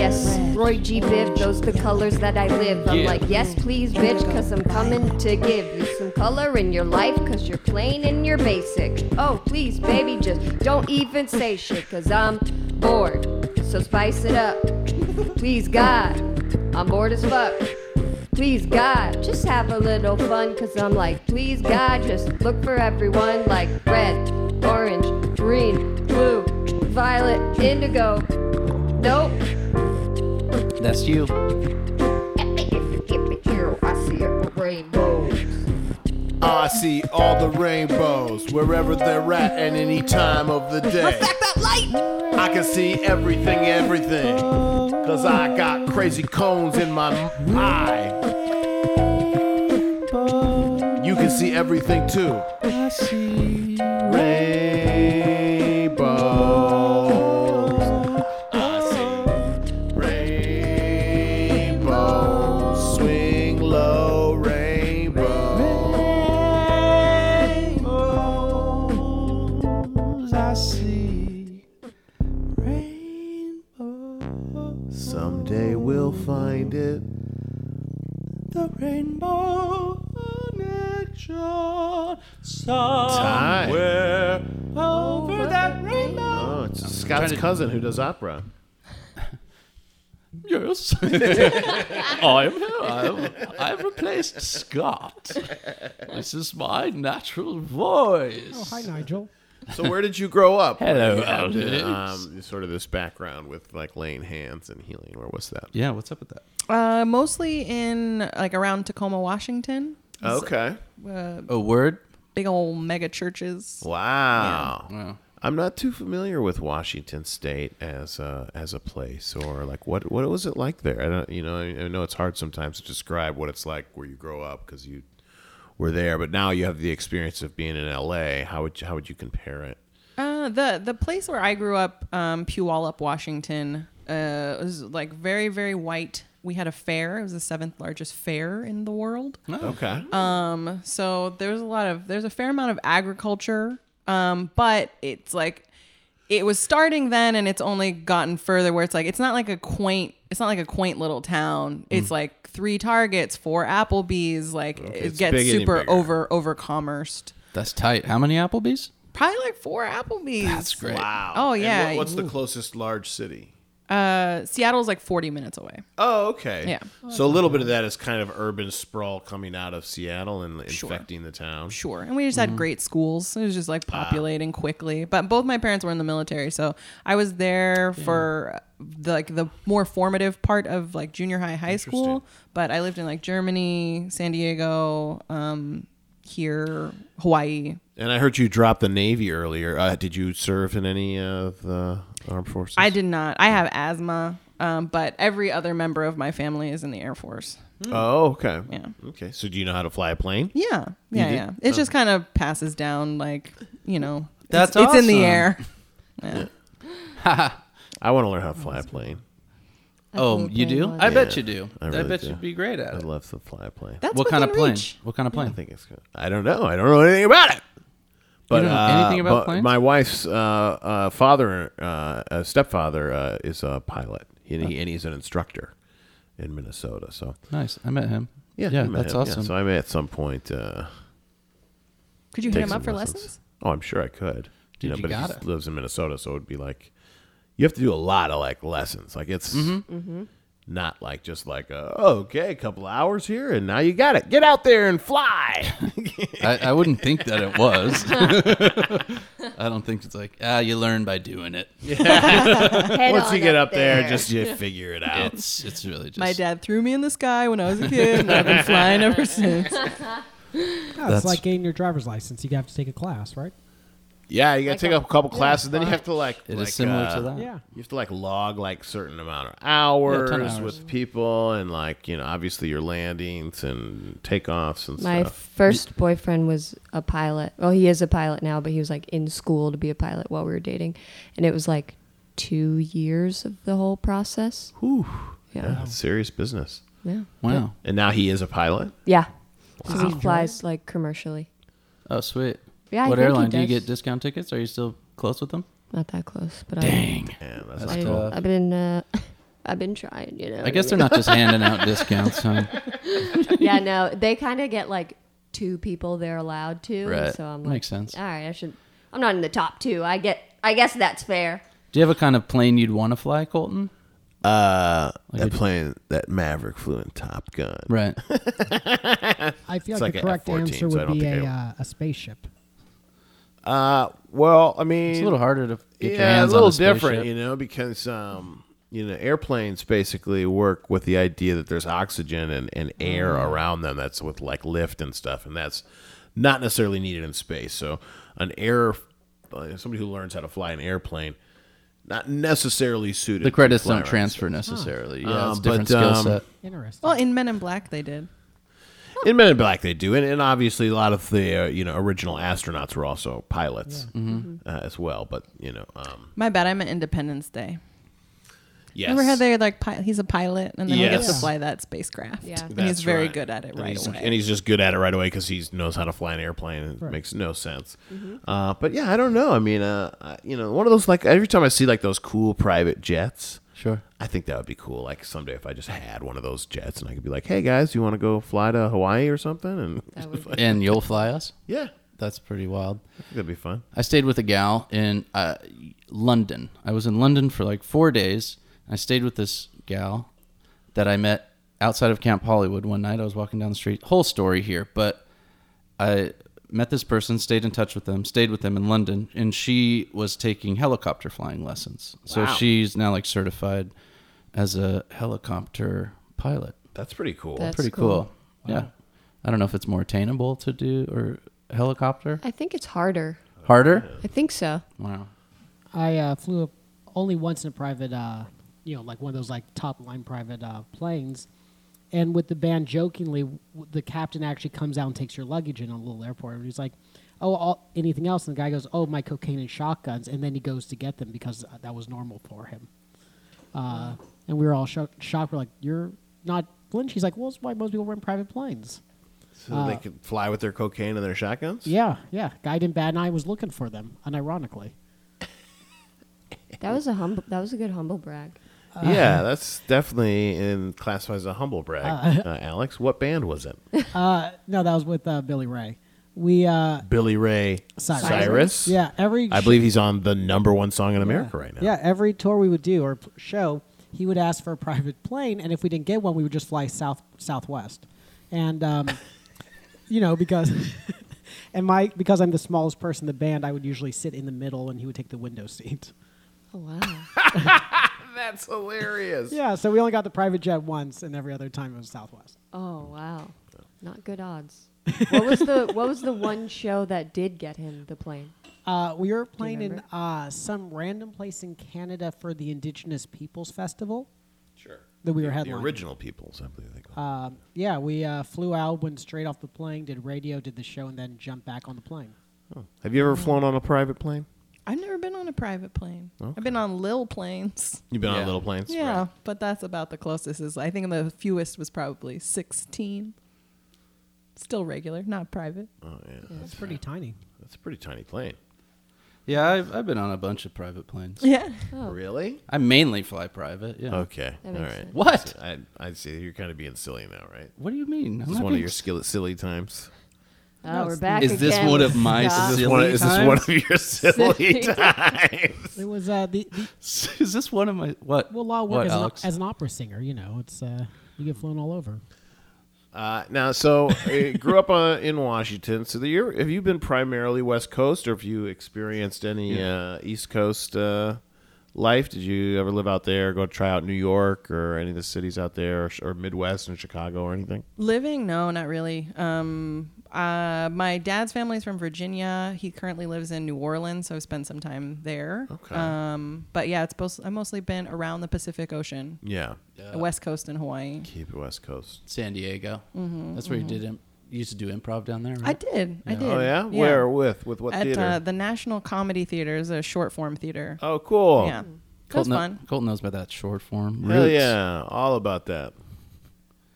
[SPEAKER 4] Yes, Roy G. Biv, those the colors that I live. I'm
[SPEAKER 2] Yeah.
[SPEAKER 4] like, yes, please, bitch, cause I'm coming to give you some color in your life, cause you're plain and you're basic. Oh, please, baby, just don't even say shit, cause I'm bored. So spice it up. Please, God, I'm bored as fuck. Please, God, just have a little fun, cause I'm like, please, God, just look for everyone like red, orange, green, blue, violet, indigo. Nope.
[SPEAKER 2] That's you.
[SPEAKER 1] I see all the rainbows wherever they're at and any time of the day. I can see everything, everything. Cause I got crazy cones in my m- eye. You can see everything too. I see rainbows. I see rainbows. Swing low, rainbow. Someday we'll find it.
[SPEAKER 7] The rainbow connection
[SPEAKER 1] Time.
[SPEAKER 7] somewhere over that rainbow.
[SPEAKER 1] Oh, it's Scott's cousin who does opera.
[SPEAKER 2] [LAUGHS]
[SPEAKER 7] Yes, I'm here. I'm, I've replaced Scott. This is my natural voice.
[SPEAKER 5] Oh, hi, Nigel.
[SPEAKER 1] So where did you grow [LAUGHS] up?
[SPEAKER 7] Hello,
[SPEAKER 1] Like, uh,
[SPEAKER 7] Aldous.
[SPEAKER 1] Um, sort of this background with like laying hands and healing. Where was that?
[SPEAKER 2] Yeah, what's up with that?
[SPEAKER 8] Uh, mostly in like around Tacoma, Washington.
[SPEAKER 1] Okay.
[SPEAKER 8] Uh,
[SPEAKER 2] A word?
[SPEAKER 8] big old mega churches.
[SPEAKER 1] Wow.
[SPEAKER 2] Wow.
[SPEAKER 1] I'm not too familiar with Washington State as a as a place, or like what what was it like there? I don't, you know, I, I know it's hard sometimes to describe what it's like where you grow up because you were there, but now you have the experience of being in L.A. How would you, how would you compare it?
[SPEAKER 3] Uh, the the place where I grew up, um, Puyallup, Washington, uh, was like very very white. We had a fair. It was the seventh largest fair in the world.
[SPEAKER 1] Okay,
[SPEAKER 3] Um, So there's a lot of there's a fair amount of agriculture, um, but it's like it was starting then, and it's only gotten further where it's like it's not like a quaint it's not like a quaint little
[SPEAKER 1] Hmm.
[SPEAKER 3] town. It's like three Targets, four Applebee's. Like it
[SPEAKER 1] it's
[SPEAKER 3] gets
[SPEAKER 1] big and
[SPEAKER 3] super
[SPEAKER 1] bigger.
[SPEAKER 3] over over commerced.
[SPEAKER 2] That's tight. How many Applebee's?
[SPEAKER 3] Probably like four Applebee's.
[SPEAKER 2] That's great.
[SPEAKER 1] wow.
[SPEAKER 3] Oh,
[SPEAKER 1] And
[SPEAKER 3] yeah.
[SPEAKER 1] what- what's the closest large city?
[SPEAKER 3] Uh, Seattle's like 40 minutes away.
[SPEAKER 1] Oh, okay.
[SPEAKER 3] Yeah.
[SPEAKER 1] So a little bit of that is kind of urban sprawl coming out of Seattle and infecting the town.
[SPEAKER 3] Sure. And we just
[SPEAKER 2] Mm-hmm.
[SPEAKER 3] had great schools. It was just like
[SPEAKER 2] Ah.
[SPEAKER 3] populating quickly. But both my parents were in the military, so I was there for the, like the more formative part of like junior high, high school. But I lived in like Germany, San Diego, um, here, Hawaii.
[SPEAKER 1] And I heard you dropped the Navy earlier. Uh, did you serve in any of the armed forces?
[SPEAKER 3] I did not. I have asthma, um, but every other member of my family is in the Air Force.
[SPEAKER 1] Oh, okay.
[SPEAKER 3] Yeah.
[SPEAKER 1] Okay. So do you know how to fly a plane?
[SPEAKER 3] Yeah, yeah, yeah. It just kind of passes down, like you know,
[SPEAKER 2] Oh. That's
[SPEAKER 3] it's, it's in the
[SPEAKER 2] awesome.
[SPEAKER 3] air.
[SPEAKER 1] I want to learn how to fly a plane.
[SPEAKER 2] Oh, you
[SPEAKER 4] plane
[SPEAKER 2] do?
[SPEAKER 4] one.
[SPEAKER 2] I bet you do.
[SPEAKER 1] I
[SPEAKER 2] I,
[SPEAKER 1] really
[SPEAKER 2] bet
[SPEAKER 1] do.
[SPEAKER 2] you'd be great at
[SPEAKER 1] I'd
[SPEAKER 2] it.
[SPEAKER 1] love to fly a plane.
[SPEAKER 3] That's
[SPEAKER 2] What kind of
[SPEAKER 3] within
[SPEAKER 2] plane?
[SPEAKER 3] reach.
[SPEAKER 2] What kind of
[SPEAKER 1] I
[SPEAKER 2] plane?
[SPEAKER 1] think it's good. I don't know. I don't know anything about it. But
[SPEAKER 2] don't know
[SPEAKER 1] uh,
[SPEAKER 2] anything about
[SPEAKER 1] but
[SPEAKER 2] planes?
[SPEAKER 1] My wife's uh, uh, father, uh, uh, stepfather, uh, is a pilot, and, he, and he's an instructor in Minnesota. So
[SPEAKER 2] Nice. I met him.
[SPEAKER 1] yeah,
[SPEAKER 2] yeah,
[SPEAKER 1] I met
[SPEAKER 2] that's
[SPEAKER 1] him. Yeah,
[SPEAKER 2] awesome.
[SPEAKER 1] so I may at some point. Uh,
[SPEAKER 3] Could you hit
[SPEAKER 1] take
[SPEAKER 3] him
[SPEAKER 1] some
[SPEAKER 3] up for lessons?
[SPEAKER 1] Oh, I'm sure I could.
[SPEAKER 2] Dude, you
[SPEAKER 1] but
[SPEAKER 2] gotta.
[SPEAKER 1] he lives in Minnesota, so it'd be like you have to do a lot of like lessons. Like it's Mm-hmm. not like just like a, oh, okay, a couple hours here, and now you got it. Get out there and fly.
[SPEAKER 2] I, I wouldn't think that it was.
[SPEAKER 1] [LAUGHS]
[SPEAKER 2] [LAUGHS] I don't think it's like ah, you learn by doing it.
[SPEAKER 4] Head
[SPEAKER 1] Once
[SPEAKER 4] on
[SPEAKER 1] you get up there, just you figure it out.
[SPEAKER 2] It's it's really just
[SPEAKER 3] My dad threw me in the sky when I was a kid, and
[SPEAKER 1] [LAUGHS]
[SPEAKER 3] I've been flying ever since.
[SPEAKER 5] No, it's like getting your driver's license. You have to take a class, right?
[SPEAKER 1] yeah, you got to take
[SPEAKER 4] a-
[SPEAKER 1] up a couple classes, then you have to like.
[SPEAKER 2] It is
[SPEAKER 1] like,
[SPEAKER 2] similar
[SPEAKER 1] uh,
[SPEAKER 2] to that.
[SPEAKER 5] Yeah.
[SPEAKER 1] You have to like log like certain amount of
[SPEAKER 2] a
[SPEAKER 1] hours,
[SPEAKER 2] ton of hours.
[SPEAKER 1] with people, and like you know, obviously your landings and takeoffs and
[SPEAKER 4] My
[SPEAKER 1] stuff.
[SPEAKER 4] first boyfriend was a pilot. Well, he is a pilot now, but he was like in school to be a pilot while we were dating, and it was like two years of the whole process.
[SPEAKER 1] Whew.
[SPEAKER 4] Yeah.
[SPEAKER 1] yeah, it's serious business.
[SPEAKER 4] Yeah,
[SPEAKER 2] Wow.
[SPEAKER 1] And now he is a pilot.
[SPEAKER 4] yeah. So he flies like commercially.
[SPEAKER 2] Oh sweet.
[SPEAKER 4] Yeah, I
[SPEAKER 2] what
[SPEAKER 4] think he
[SPEAKER 2] airline do you
[SPEAKER 4] does.
[SPEAKER 2] get discount tickets? Are you still close with them?
[SPEAKER 4] Not that close, but
[SPEAKER 2] Dang.
[SPEAKER 1] Yeah, that's
[SPEAKER 4] I,
[SPEAKER 2] cool.
[SPEAKER 4] I, I've been, uh, [LAUGHS] I've been trying. You know.
[SPEAKER 2] I guess they're not just handing out discounts,
[SPEAKER 4] [LAUGHS]
[SPEAKER 2] huh?
[SPEAKER 4] yeah, no, they kind of get like two people they're allowed to. and
[SPEAKER 2] Right.
[SPEAKER 4] So I'm like,
[SPEAKER 2] Makes sense.
[SPEAKER 4] All right, I should. I'm not in the top two. I get. I guess that's fair.
[SPEAKER 2] Do you have a kind of plane you'd want to fly, Colton?
[SPEAKER 1] Uh,
[SPEAKER 2] a-
[SPEAKER 1] that plane that Maverick flew in Top Gun.
[SPEAKER 2] Right.
[SPEAKER 5] I feel
[SPEAKER 1] It's
[SPEAKER 5] like,
[SPEAKER 1] like
[SPEAKER 5] the
[SPEAKER 1] a
[SPEAKER 5] correct
[SPEAKER 1] F-14,
[SPEAKER 5] answer
[SPEAKER 1] so I
[SPEAKER 5] would
[SPEAKER 1] don't
[SPEAKER 5] be
[SPEAKER 1] think
[SPEAKER 5] a,
[SPEAKER 1] I-
[SPEAKER 5] uh, a spaceship.
[SPEAKER 1] Uh, well, I mean,
[SPEAKER 2] It's a little harder to get your
[SPEAKER 1] yeah,
[SPEAKER 2] hands
[SPEAKER 1] a little
[SPEAKER 2] on a
[SPEAKER 1] different,
[SPEAKER 2] spaceship.
[SPEAKER 1] you know, because um, you know, airplanes basically work with the idea that there's oxygen and, and air
[SPEAKER 2] Mm.
[SPEAKER 1] around them. That's with like lift and stuff, and that's not necessarily needed in space. So, an air uh, somebody who learns how to fly an airplane, not necessarily suited.
[SPEAKER 2] The
[SPEAKER 1] to
[SPEAKER 2] credits
[SPEAKER 1] fly
[SPEAKER 2] don't
[SPEAKER 1] around.
[SPEAKER 2] transfer necessarily. Yeah,
[SPEAKER 1] Um,
[SPEAKER 2] it's a different
[SPEAKER 1] but,
[SPEAKER 2] skill
[SPEAKER 1] um,
[SPEAKER 2] set.
[SPEAKER 5] Interesting.
[SPEAKER 3] Well, in Men in Black, they did.
[SPEAKER 1] In Men in Black, they do, and, and obviously a lot of the uh, you know original astronauts were also pilots
[SPEAKER 3] Mm-hmm.
[SPEAKER 1] uh, as well. But you know, um,
[SPEAKER 3] My bad, I meant Independence Day.
[SPEAKER 1] yes,
[SPEAKER 3] Remember how they're like, pi- he's a pilot, and then he gets to
[SPEAKER 1] Yes.
[SPEAKER 3] fly that spacecraft.
[SPEAKER 4] Yeah.
[SPEAKER 3] and
[SPEAKER 1] That's
[SPEAKER 3] he's very
[SPEAKER 1] right.
[SPEAKER 3] good at it
[SPEAKER 1] And
[SPEAKER 3] right
[SPEAKER 1] he's-
[SPEAKER 3] away.
[SPEAKER 1] and he's just good at it right away because he knows how to fly an airplane. and It makes no sense.
[SPEAKER 3] Mm-hmm.
[SPEAKER 1] Uh, but yeah, I don't know. I mean, uh, I- you know, one of those like every time I see like those cool private jets.
[SPEAKER 2] Sure.
[SPEAKER 1] I think that would be cool. Like someday, if I just had one of those jets, and I could be like, "Hey guys, you want to go fly to Hawaii or something?" And
[SPEAKER 4] That would
[SPEAKER 2] And you'll fly us?
[SPEAKER 1] [LAUGHS] yeah,
[SPEAKER 2] That's pretty wild.
[SPEAKER 1] I think that'd be fun.
[SPEAKER 2] I stayed with a gal in uh, London. I was in London for like four days. I stayed with this gal that I met outside of Camp Hollywood one night. I was walking down the street. Whole story here, but I met this person, stayed in touch with them, stayed with them in London, and she was taking helicopter flying lessons. So she's now like certified as a helicopter pilot.
[SPEAKER 1] That's pretty cool.
[SPEAKER 4] That's
[SPEAKER 2] Pretty cool. Yeah. I don't know if it's more attainable to do or helicopter.
[SPEAKER 4] I think it's harder.
[SPEAKER 2] Harder?
[SPEAKER 4] I think so.
[SPEAKER 2] Wow.
[SPEAKER 5] I uh, flew up only once in a private, uh, you know, like one of those like top line private uh, planes. And with the band, jokingly, w- the captain actually comes out and takes your luggage in a little airport. And he's like, "Oh, all, anything else?" And the guy goes, "Oh, my cocaine and shotguns." And then he goes to get them because uh, that was normal for him. Uh, and we were all sho- shocked. We're like, "You're not flinch." He's like, "Well, it's why most people rent private planes."
[SPEAKER 1] So they could fly with their cocaine and their shotguns?
[SPEAKER 5] Ah. Yeah, yeah. Guy didn't bat an eye. Was looking for them, unironically.
[SPEAKER 4] That was a humble. That was a good humble brag.
[SPEAKER 5] Uh-huh.
[SPEAKER 1] Yeah, that's definitely in classified as a humble brag. Uh, Alex, what band was it?
[SPEAKER 5] No, that was with uh, Billy Ray. We uh,
[SPEAKER 1] Billy Ray
[SPEAKER 5] Cyrus.
[SPEAKER 1] Cyrus?
[SPEAKER 5] Yeah, every
[SPEAKER 1] I believe he's on the number one song in America right now.
[SPEAKER 5] Yeah, every tour we would do or p- show, he would ask for a [LAUGHS] private plane, and if we didn't get one, we would just fly south southwest, and um, you know because, [LAUGHS] and my because I'm the smallest person in the band, I would usually sit in the middle, and he would take the window seat. [LAUGHS]
[SPEAKER 4] Oh wow.
[SPEAKER 1] That's hilarious.
[SPEAKER 5] Yeah, so we only got the private jet once, and every other time it was southwest.
[SPEAKER 4] Oh wow. Not good odds. what was the What was the one show that did get him the plane?
[SPEAKER 5] Uh, we were playing in
[SPEAKER 4] remember?
[SPEAKER 5] uh, some random place in Canada for the Indigenous Peoples Festival. Sure. That we were
[SPEAKER 1] The
[SPEAKER 5] headlining.
[SPEAKER 1] original peoples, I believe they call
[SPEAKER 5] Um, yeah, we uh, flew out, went straight off the plane, did radio, did the show, and then jumped back on the plane.
[SPEAKER 1] them. Have you ever flown on a private plane?
[SPEAKER 3] I've never been on a private plane. I've been on little planes.
[SPEAKER 1] You've been on
[SPEAKER 2] Yeah.
[SPEAKER 1] little planes?
[SPEAKER 3] yeah,
[SPEAKER 1] Right.
[SPEAKER 3] but that's about the closest. Is I think the fewest was probably sixteen. Still regular, not private.
[SPEAKER 1] Oh, yeah.
[SPEAKER 5] It's pretty tiny.
[SPEAKER 1] That's a pretty tiny plane.
[SPEAKER 2] Yeah, I've, I've been on a bunch of private planes.
[SPEAKER 3] Yeah, [LAUGHS]
[SPEAKER 1] Really?
[SPEAKER 2] I mainly fly private. Yeah.
[SPEAKER 1] Okay. All
[SPEAKER 4] makes
[SPEAKER 1] right.
[SPEAKER 4] sense.
[SPEAKER 2] What?
[SPEAKER 1] I, I see. You're kind of being silly now, right?
[SPEAKER 2] What do you mean?
[SPEAKER 1] This
[SPEAKER 2] I'm
[SPEAKER 1] is
[SPEAKER 2] not
[SPEAKER 1] one of
[SPEAKER 2] being
[SPEAKER 1] your skillet silly times.
[SPEAKER 4] Oh, we're back
[SPEAKER 2] Is this
[SPEAKER 4] again
[SPEAKER 2] one
[SPEAKER 4] with
[SPEAKER 2] of my
[SPEAKER 4] Scott.
[SPEAKER 1] Is this
[SPEAKER 2] Silly
[SPEAKER 1] one? Is this one
[SPEAKER 2] times?
[SPEAKER 1] of your [LAUGHS] silly
[SPEAKER 4] Silly
[SPEAKER 1] times? [LAUGHS]
[SPEAKER 5] It was uh, the, the
[SPEAKER 2] [LAUGHS] Is this one of my what?
[SPEAKER 5] well, law
[SPEAKER 2] what,
[SPEAKER 5] work as an,
[SPEAKER 2] Alex?
[SPEAKER 5] as an opera singer. You know, it's uh, you get flown all over.
[SPEAKER 1] Uh, now, so uh, grew up uh, in Washington. So the year, have you been primarily West Coast, or have you experienced any uh, East Coast uh, life? Did you ever live out there, go try out New York or any of the cities out there, or, sh- or Midwest and Chicago or anything?
[SPEAKER 3] living? No, not really. Um, uh, my dad's family's from Virginia. He currently lives in New Orleans, so I spent some time there.
[SPEAKER 1] Okay.
[SPEAKER 3] Um, but yeah, it's both. I've mostly been around the Pacific Ocean,
[SPEAKER 1] Yeah,
[SPEAKER 3] the West Coast, and Hawaii.
[SPEAKER 1] keep it West Coast.
[SPEAKER 2] San Diego. That's where you did. Imp- you used to do improv down there. Right?
[SPEAKER 3] I did. I did.
[SPEAKER 1] Oh yeah, where with with what
[SPEAKER 3] At
[SPEAKER 1] theater?
[SPEAKER 3] uh, the National Comedy Theater is a short form theater.
[SPEAKER 1] oh, cool.
[SPEAKER 3] Yeah. That was
[SPEAKER 2] Colton,
[SPEAKER 3] fun.
[SPEAKER 2] Colton knows about that short form.
[SPEAKER 1] Hell
[SPEAKER 2] Roots.
[SPEAKER 1] yeah, all about that.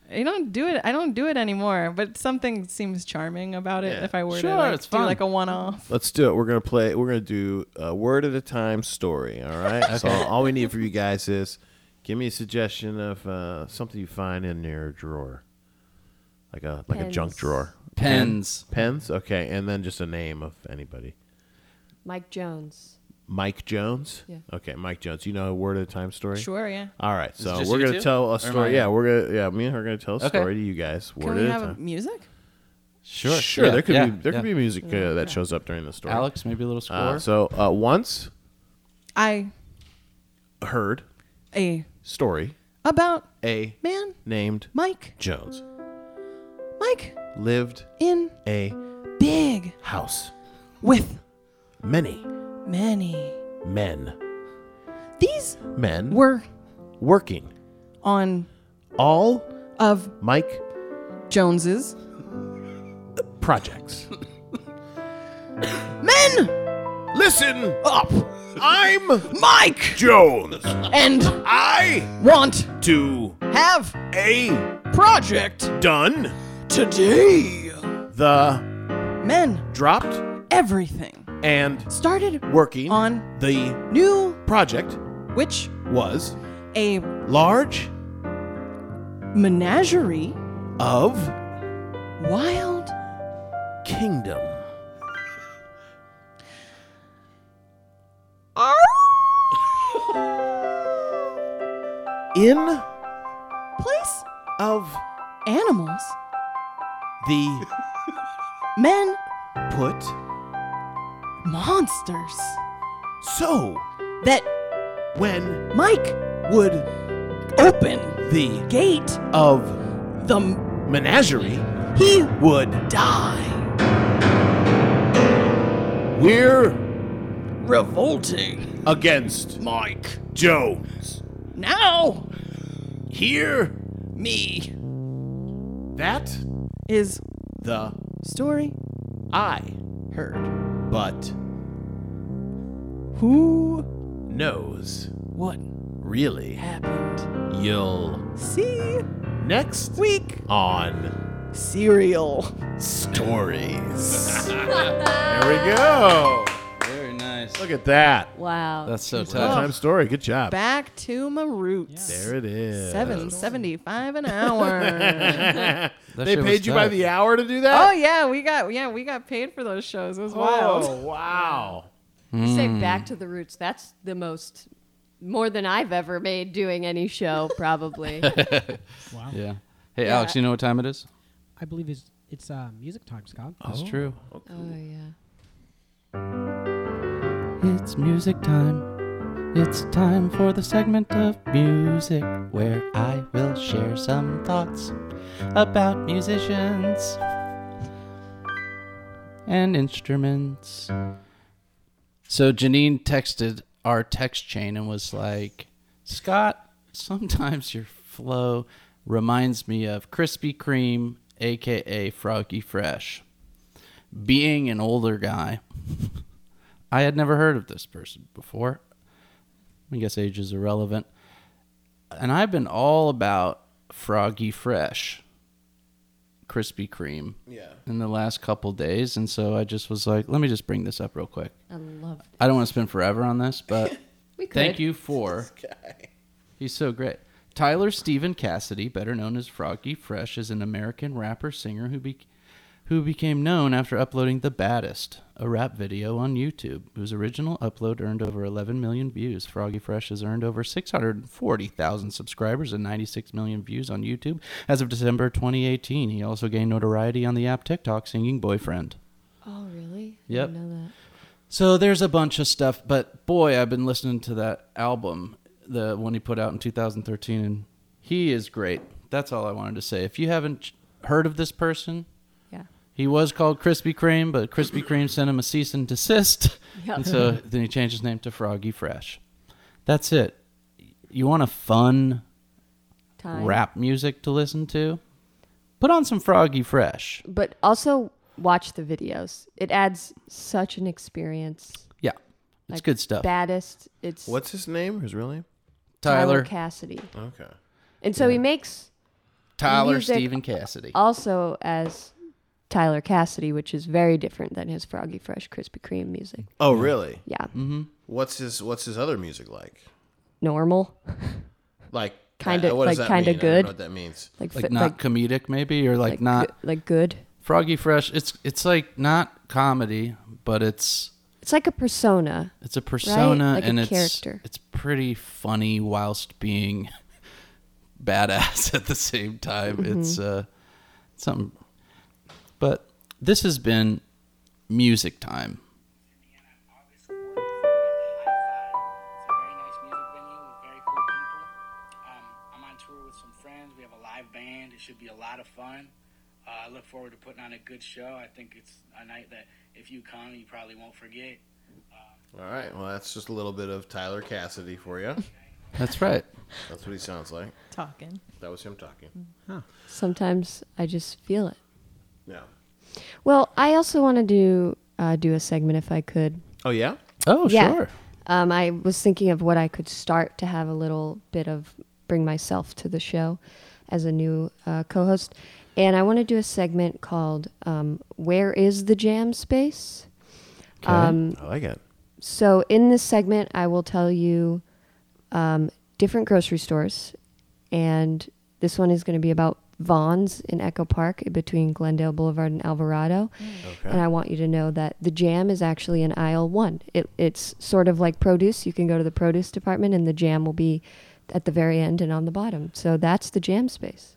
[SPEAKER 3] I don't do it. I don't do it anymore. But something seems charming about it.
[SPEAKER 1] Yeah.
[SPEAKER 3] If I were
[SPEAKER 2] Sure,
[SPEAKER 3] to like,
[SPEAKER 2] it's
[SPEAKER 3] do
[SPEAKER 2] fun.
[SPEAKER 3] like a one off.
[SPEAKER 1] Let's do it. We're gonna play. We're gonna do a word at a time story. All
[SPEAKER 2] [LAUGHS]
[SPEAKER 1] right. So all we need from you guys is give me a suggestion of uh, something you find in your drawer, like a like a junk
[SPEAKER 4] Pens.
[SPEAKER 1] drawer.
[SPEAKER 2] Pens.
[SPEAKER 1] Pens. Okay, and then just a name of anybody.
[SPEAKER 4] Mike Jones.
[SPEAKER 1] Mike Jones.
[SPEAKER 4] Yeah.
[SPEAKER 1] Okay, Mike Jones. You know a word at a time story.
[SPEAKER 3] Sure, yeah.
[SPEAKER 1] All right.
[SPEAKER 2] it
[SPEAKER 1] So
[SPEAKER 2] just
[SPEAKER 1] we're
[SPEAKER 2] you
[SPEAKER 1] gonna
[SPEAKER 2] two?
[SPEAKER 1] tell
[SPEAKER 2] Or
[SPEAKER 1] a
[SPEAKER 2] am
[SPEAKER 1] story.
[SPEAKER 2] I-
[SPEAKER 1] Yeah, we're gonna yeah me and her are gonna tell a
[SPEAKER 2] Okay.
[SPEAKER 1] story to you guys. Word
[SPEAKER 3] Can
[SPEAKER 1] at
[SPEAKER 3] we
[SPEAKER 1] a
[SPEAKER 3] have
[SPEAKER 1] time.
[SPEAKER 3] music?
[SPEAKER 2] Sure.
[SPEAKER 1] Sure.
[SPEAKER 2] Yeah,
[SPEAKER 1] there could
[SPEAKER 2] yeah,
[SPEAKER 1] be there
[SPEAKER 2] yeah.
[SPEAKER 1] could be music uh, that shows up during the story.
[SPEAKER 2] Alex, maybe a little score.
[SPEAKER 1] Uh, so uh, once
[SPEAKER 3] I
[SPEAKER 1] heard
[SPEAKER 3] a
[SPEAKER 1] story
[SPEAKER 3] about
[SPEAKER 1] a
[SPEAKER 3] man
[SPEAKER 1] named
[SPEAKER 3] Mike
[SPEAKER 1] Jones
[SPEAKER 3] Mike
[SPEAKER 1] lived
[SPEAKER 3] in
[SPEAKER 1] a
[SPEAKER 3] big
[SPEAKER 1] house.
[SPEAKER 3] with
[SPEAKER 1] Many
[SPEAKER 3] many.
[SPEAKER 1] men,
[SPEAKER 3] These
[SPEAKER 1] men
[SPEAKER 3] were
[SPEAKER 1] working.
[SPEAKER 3] on
[SPEAKER 1] All
[SPEAKER 3] of
[SPEAKER 1] Mike
[SPEAKER 3] Jones's
[SPEAKER 1] projects.
[SPEAKER 3] men
[SPEAKER 1] [LAUGHS] Listen up. I'm
[SPEAKER 3] Mike
[SPEAKER 1] Jones.
[SPEAKER 3] and
[SPEAKER 1] I
[SPEAKER 3] want
[SPEAKER 1] to
[SPEAKER 3] have
[SPEAKER 1] a
[SPEAKER 3] project
[SPEAKER 1] done
[SPEAKER 3] today.
[SPEAKER 1] the
[SPEAKER 3] Men
[SPEAKER 1] dropped
[SPEAKER 3] everything
[SPEAKER 1] and
[SPEAKER 3] started
[SPEAKER 1] working
[SPEAKER 3] on
[SPEAKER 1] the
[SPEAKER 3] new
[SPEAKER 1] project
[SPEAKER 3] which
[SPEAKER 1] was
[SPEAKER 3] a
[SPEAKER 1] large
[SPEAKER 3] menagerie
[SPEAKER 1] of
[SPEAKER 3] wild
[SPEAKER 1] kingdom. In
[SPEAKER 3] place
[SPEAKER 1] of
[SPEAKER 3] animals
[SPEAKER 1] the
[SPEAKER 3] men
[SPEAKER 1] put
[SPEAKER 3] monsters
[SPEAKER 1] so
[SPEAKER 3] that
[SPEAKER 1] when
[SPEAKER 3] Mike
[SPEAKER 1] would
[SPEAKER 3] open
[SPEAKER 1] the
[SPEAKER 3] gate
[SPEAKER 1] of
[SPEAKER 3] the m-
[SPEAKER 1] menagerie
[SPEAKER 3] he
[SPEAKER 1] would
[SPEAKER 3] die
[SPEAKER 1] We're
[SPEAKER 9] Revolting.
[SPEAKER 1] against
[SPEAKER 9] Mike.
[SPEAKER 1] Jones.
[SPEAKER 9] Now.
[SPEAKER 1] Here,
[SPEAKER 9] Me.
[SPEAKER 1] that,
[SPEAKER 9] Is
[SPEAKER 1] the,
[SPEAKER 9] story
[SPEAKER 1] I.
[SPEAKER 9] heard?
[SPEAKER 1] But
[SPEAKER 9] Who?
[SPEAKER 1] knows.
[SPEAKER 9] What
[SPEAKER 1] Really?
[SPEAKER 9] happened?
[SPEAKER 1] You'll.
[SPEAKER 9] See
[SPEAKER 1] Next
[SPEAKER 9] week.
[SPEAKER 1] on
[SPEAKER 9] Cereal.
[SPEAKER 1] Stories. there we go.
[SPEAKER 2] Very nice.
[SPEAKER 1] Look at that.
[SPEAKER 4] Wow.
[SPEAKER 2] That's so
[SPEAKER 1] Real
[SPEAKER 2] tough.
[SPEAKER 1] time story. Good job.
[SPEAKER 9] Back to my roots.
[SPEAKER 1] There it is. [LAUGHS]
[SPEAKER 9] Seven seventy-five an hour.
[SPEAKER 1] They
[SPEAKER 2] shit was
[SPEAKER 1] paid you by
[SPEAKER 2] tough.
[SPEAKER 1] the hour to do
[SPEAKER 3] Oh
[SPEAKER 1] that?
[SPEAKER 3] yeah, we got yeah we got paid for those shows. It was wild.
[SPEAKER 1] Oh, wow.
[SPEAKER 4] You
[SPEAKER 2] Hmm.
[SPEAKER 4] say back to the roots. That's the most, more than I've ever made doing any show,
[SPEAKER 2] [LAUGHS]
[SPEAKER 4] probably. Oh,
[SPEAKER 2] Yeah. Hey, Alex, you know what time it is?
[SPEAKER 5] I believe it's it's uh, music time, Scott.
[SPEAKER 2] That's true.
[SPEAKER 4] Oh yeah.
[SPEAKER 2] It's music time. It's time for the segment of music where I will share some thoughts about musicians and instruments. So Janine texted our text chain and was like, Scott, sometimes your flow reminds me of Krispy Kreme, aka Froggy Fresh. Being an older guy, I had never heard of this person before. I guess age is irrelevant. And I've been all about Froggy Fresh, Krispy Kreme, yeah. in the last couple days. And so I just was like, let me just bring this up real quick.
[SPEAKER 4] I love.
[SPEAKER 2] I don't want to spend forever on this, but
[SPEAKER 4] We could.
[SPEAKER 2] thank you for. He's so great. Tyler Stephen Cassidy, better known as Froggy Fresh, is an American rapper singer who be, who became known after uploading "The Baddest," a rap video on YouTube, whose original upload earned over 11 million views. Froggy Fresh has earned over 640,000 subscribers and 96 million views on YouTube as of December 2018. He also gained notoriety on the app TikTok singing "Boyfriend."
[SPEAKER 4] Oh really?
[SPEAKER 2] Yep.
[SPEAKER 4] I didn't know that.
[SPEAKER 2] So there's a bunch of stuff, but boy, I've been listening to that album, the one he put out in 2013, and he is great. That's all I wanted to say. If you haven't ch- heard of this person,
[SPEAKER 3] Yeah.
[SPEAKER 2] he was called Krispy Kreme, but Krispy Kreme sent him a cease and desist,
[SPEAKER 4] Yep.
[SPEAKER 2] and
[SPEAKER 4] [LAUGHS]
[SPEAKER 2] so then he changed his name to Froggy Fresh. That's it. You want a fun
[SPEAKER 4] Time.
[SPEAKER 2] rap music to listen to? Put on some Froggy Fresh.
[SPEAKER 4] But also watch the videos. It adds such an experience.
[SPEAKER 2] Yeah, it's
[SPEAKER 4] Like,
[SPEAKER 2] good stuff.
[SPEAKER 4] Baddest. It's
[SPEAKER 1] What's his name? His real name?
[SPEAKER 4] Tyler
[SPEAKER 2] Tyler,
[SPEAKER 4] Cassidy.
[SPEAKER 1] Okay.
[SPEAKER 4] And so he makes
[SPEAKER 2] Tyler
[SPEAKER 4] music-
[SPEAKER 2] Stephen Cassidy.
[SPEAKER 4] also as Tyler Cassidy, which is very different than his Froggy Fresh Krispy Kreme music.
[SPEAKER 1] Oh, really?
[SPEAKER 4] Yeah.
[SPEAKER 2] Mm-hmm.
[SPEAKER 1] What's his What's his other music like?
[SPEAKER 4] Normal.
[SPEAKER 1] Like
[SPEAKER 4] Kinda-
[SPEAKER 1] uh, what does that
[SPEAKER 4] like, kinda
[SPEAKER 1] mean? I don't
[SPEAKER 4] good.
[SPEAKER 1] know what that means.
[SPEAKER 4] Like,
[SPEAKER 2] like
[SPEAKER 4] fi-
[SPEAKER 2] not comedic maybe or like,
[SPEAKER 4] like uh,
[SPEAKER 2] not
[SPEAKER 4] go- like good.
[SPEAKER 2] froggy fresh it's it's like not comedy but it's
[SPEAKER 4] It's like a persona.
[SPEAKER 2] it's a persona
[SPEAKER 4] Like a
[SPEAKER 2] and it's
[SPEAKER 4] character.
[SPEAKER 2] it's pretty funny whilst being [LAUGHS] badass at the same time
[SPEAKER 4] Mm-hmm.
[SPEAKER 2] it's uh something but this has been music time
[SPEAKER 6] It's a very nice music venue with very cool people. Um, I'm on tour with some friends. We have a live band. It should be a lot of fun. Uh, I look forward to putting on a good show. I think it's a night that if you come, you probably won't forget.
[SPEAKER 1] All right. Well, that's just a little bit of Tyler Cassidy for you.
[SPEAKER 2] that's right
[SPEAKER 1] That's what he sounds like.
[SPEAKER 3] Talking.
[SPEAKER 1] That was him talking.
[SPEAKER 4] Sometimes I just feel it.
[SPEAKER 1] Yeah.
[SPEAKER 4] Well, I also want to do uh, do a segment if I could.
[SPEAKER 1] Oh yeah.
[SPEAKER 2] oh
[SPEAKER 4] Yeah.
[SPEAKER 2] sure
[SPEAKER 4] Um, I was thinking of what I could start to have a little bit of bring myself to the show as a new uh, co-host, and I want to do a segment called um, "Where Is the Jam Space."
[SPEAKER 1] Um, I like it.
[SPEAKER 4] So in this segment, I will tell you um, different grocery stores, and this one is going to be about Vaughn's in Echo Park between Glendale Boulevard and Alvarado.
[SPEAKER 1] Mm.
[SPEAKER 4] And I want you to know that the jam is actually in aisle one. It, it's sort of like produce. You can go to the produce department, and the jam will be at the very end and on the bottom. So that's the jam space.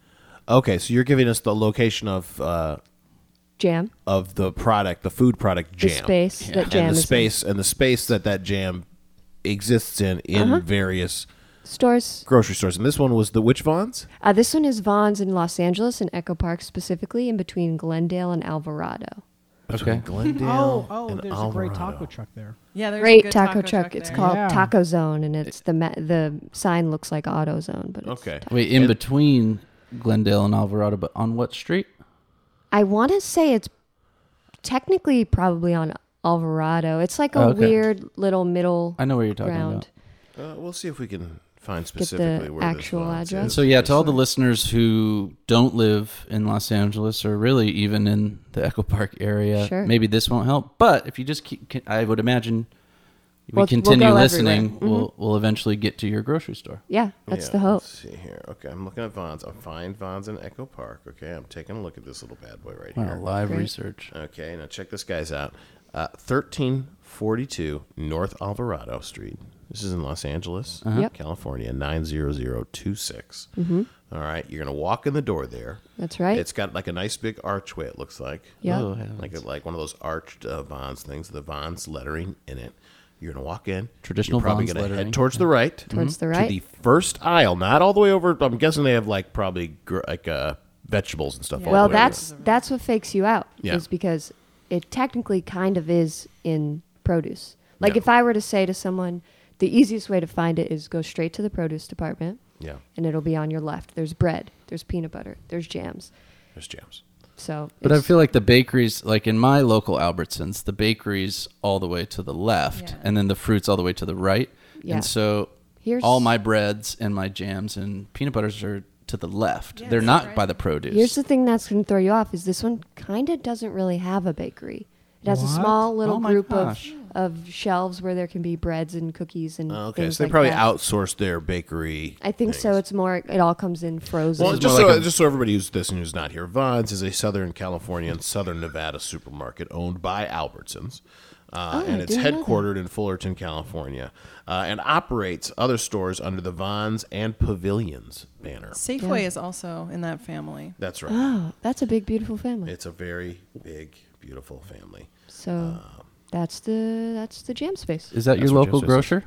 [SPEAKER 1] Okay, so you're giving us the location of uh,
[SPEAKER 4] Jam,
[SPEAKER 1] of the product, the food product
[SPEAKER 4] the
[SPEAKER 1] jam,
[SPEAKER 4] space that jam
[SPEAKER 1] and the
[SPEAKER 4] is in.
[SPEAKER 1] space and the space that that jam exists in in
[SPEAKER 4] Uh-huh.
[SPEAKER 1] various
[SPEAKER 4] Stores.
[SPEAKER 1] grocery stores. And this one was the which Vons?
[SPEAKER 4] Uh, this one is Vaughn's in Los Angeles and Echo Park specifically, in between Glendale and Alvarado.
[SPEAKER 1] between
[SPEAKER 2] Okay.
[SPEAKER 1] Glendale.
[SPEAKER 5] Oh, oh,
[SPEAKER 1] and
[SPEAKER 5] there's a great
[SPEAKER 1] Alvarado.
[SPEAKER 5] taco truck there.
[SPEAKER 3] Yeah, there's a
[SPEAKER 4] Great
[SPEAKER 3] good
[SPEAKER 4] taco, truck. It's
[SPEAKER 3] there.
[SPEAKER 4] called
[SPEAKER 5] Yeah.
[SPEAKER 4] Taco Zone, and it's the ma- the sign looks like Auto Zone, but it's
[SPEAKER 1] Okay.
[SPEAKER 2] Wait, in between Glendale and Alvarado, but on what street?
[SPEAKER 4] I want to say it's technically probably on Alvarado. It's like a
[SPEAKER 2] Oh, okay.
[SPEAKER 4] weird little middle
[SPEAKER 2] I know where you're talking
[SPEAKER 4] ground.
[SPEAKER 2] about.
[SPEAKER 1] Uh, we'll see if we can find
[SPEAKER 4] the
[SPEAKER 1] specifically where
[SPEAKER 4] actual
[SPEAKER 1] this one's
[SPEAKER 4] address.
[SPEAKER 1] is.
[SPEAKER 2] So yeah, to all the listeners who don't live in Los Angeles or really even in the Echo Park area,
[SPEAKER 4] Sure.
[SPEAKER 2] maybe this won't help. But if you just keep, can- I would imagine if we
[SPEAKER 4] We'll- we'll
[SPEAKER 2] continue
[SPEAKER 4] go
[SPEAKER 2] listening,
[SPEAKER 4] everywhere.
[SPEAKER 2] we'll we'll eventually get to your grocery store.
[SPEAKER 4] Yeah, that's
[SPEAKER 1] Yeah,
[SPEAKER 4] the hope.
[SPEAKER 1] Let's see here. Okay, I'm looking at Vons. I'll find Vons in Echo Park. Okay, I'm taking a look at this little bad boy right
[SPEAKER 2] Wow,
[SPEAKER 1] here.
[SPEAKER 2] live
[SPEAKER 4] Great.
[SPEAKER 2] research.
[SPEAKER 1] Okay, now check this guy's out. Uh, 1342 North Alvarado Street. This is in Los Angeles,
[SPEAKER 4] Uh-huh. Yep. Mm-hmm.
[SPEAKER 1] California, 90026. All right, you're going to walk in the door there.
[SPEAKER 4] That's right.
[SPEAKER 1] It's got like a nice big archway, it looks like.
[SPEAKER 4] Yeah.
[SPEAKER 2] Oh, yeah.
[SPEAKER 1] Like, like one of those arched uh, Vons things, the Vons lettering in it. You're going to walk in.
[SPEAKER 2] Traditional
[SPEAKER 1] You're probably
[SPEAKER 2] Vons
[SPEAKER 1] gonna
[SPEAKER 2] lettering.
[SPEAKER 1] head towards the right.
[SPEAKER 4] Towards the
[SPEAKER 1] mm-hmm. To
[SPEAKER 4] right.
[SPEAKER 1] the first aisle, not all the way over. I'm guessing they have like probably gr- like uh, vegetables and stuff all
[SPEAKER 4] well,
[SPEAKER 1] the way over.
[SPEAKER 4] that's that's what fakes you out
[SPEAKER 1] Yeah.
[SPEAKER 4] is because it technically kind of is in produce. Like
[SPEAKER 1] Yeah.
[SPEAKER 4] if I were to say to someone, the easiest way to find it is go straight to the produce department.
[SPEAKER 1] Yeah.
[SPEAKER 4] And it'll be on your left. There's bread. There's peanut butter. There's jams.
[SPEAKER 1] There's jams.
[SPEAKER 4] So.
[SPEAKER 2] But I
[SPEAKER 4] it's-
[SPEAKER 2] feel like the bakeries, like in my local Albertsons, the bakeries all the way to the left, and then the fruits all the way to the right.
[SPEAKER 4] Yeah.
[SPEAKER 2] And so
[SPEAKER 4] Here's-
[SPEAKER 2] all my breads and my jams and peanut butters are to the left. They're not by the produce.
[SPEAKER 4] Here's the thing that's going to throw you off is this one kind of doesn't really have a bakery. It has a
[SPEAKER 5] What?
[SPEAKER 4] small little
[SPEAKER 2] Oh my
[SPEAKER 4] group
[SPEAKER 2] gosh.
[SPEAKER 4] of, of shelves where there can be breads and cookies and
[SPEAKER 1] Oh, Okay,
[SPEAKER 4] things
[SPEAKER 1] so they
[SPEAKER 4] like
[SPEAKER 1] probably
[SPEAKER 4] that.
[SPEAKER 1] outsourced their bakery.
[SPEAKER 4] I think so.
[SPEAKER 1] things.
[SPEAKER 4] It's more. It all comes in frozen.
[SPEAKER 1] Well,
[SPEAKER 2] is
[SPEAKER 1] just
[SPEAKER 2] more
[SPEAKER 1] so,
[SPEAKER 2] like a-
[SPEAKER 1] just so everybody who's this and who's not here, Vons is a Southern California and Southern Nevada supermarket owned by Albertsons. Uh,
[SPEAKER 4] Oh, I
[SPEAKER 1] and it's
[SPEAKER 4] didn't know that.
[SPEAKER 1] headquartered in Fullerton, California, uh, and operates other stores under the Vons and Pavilions banner.
[SPEAKER 3] Safeway is also in that family.
[SPEAKER 1] That's right.
[SPEAKER 4] oh, that's a big, beautiful family.
[SPEAKER 1] It's a very big, beautiful family.
[SPEAKER 4] So
[SPEAKER 1] um,
[SPEAKER 4] that's the that's the jam space.
[SPEAKER 2] Is that your
[SPEAKER 1] That's what
[SPEAKER 2] local
[SPEAKER 1] Joseph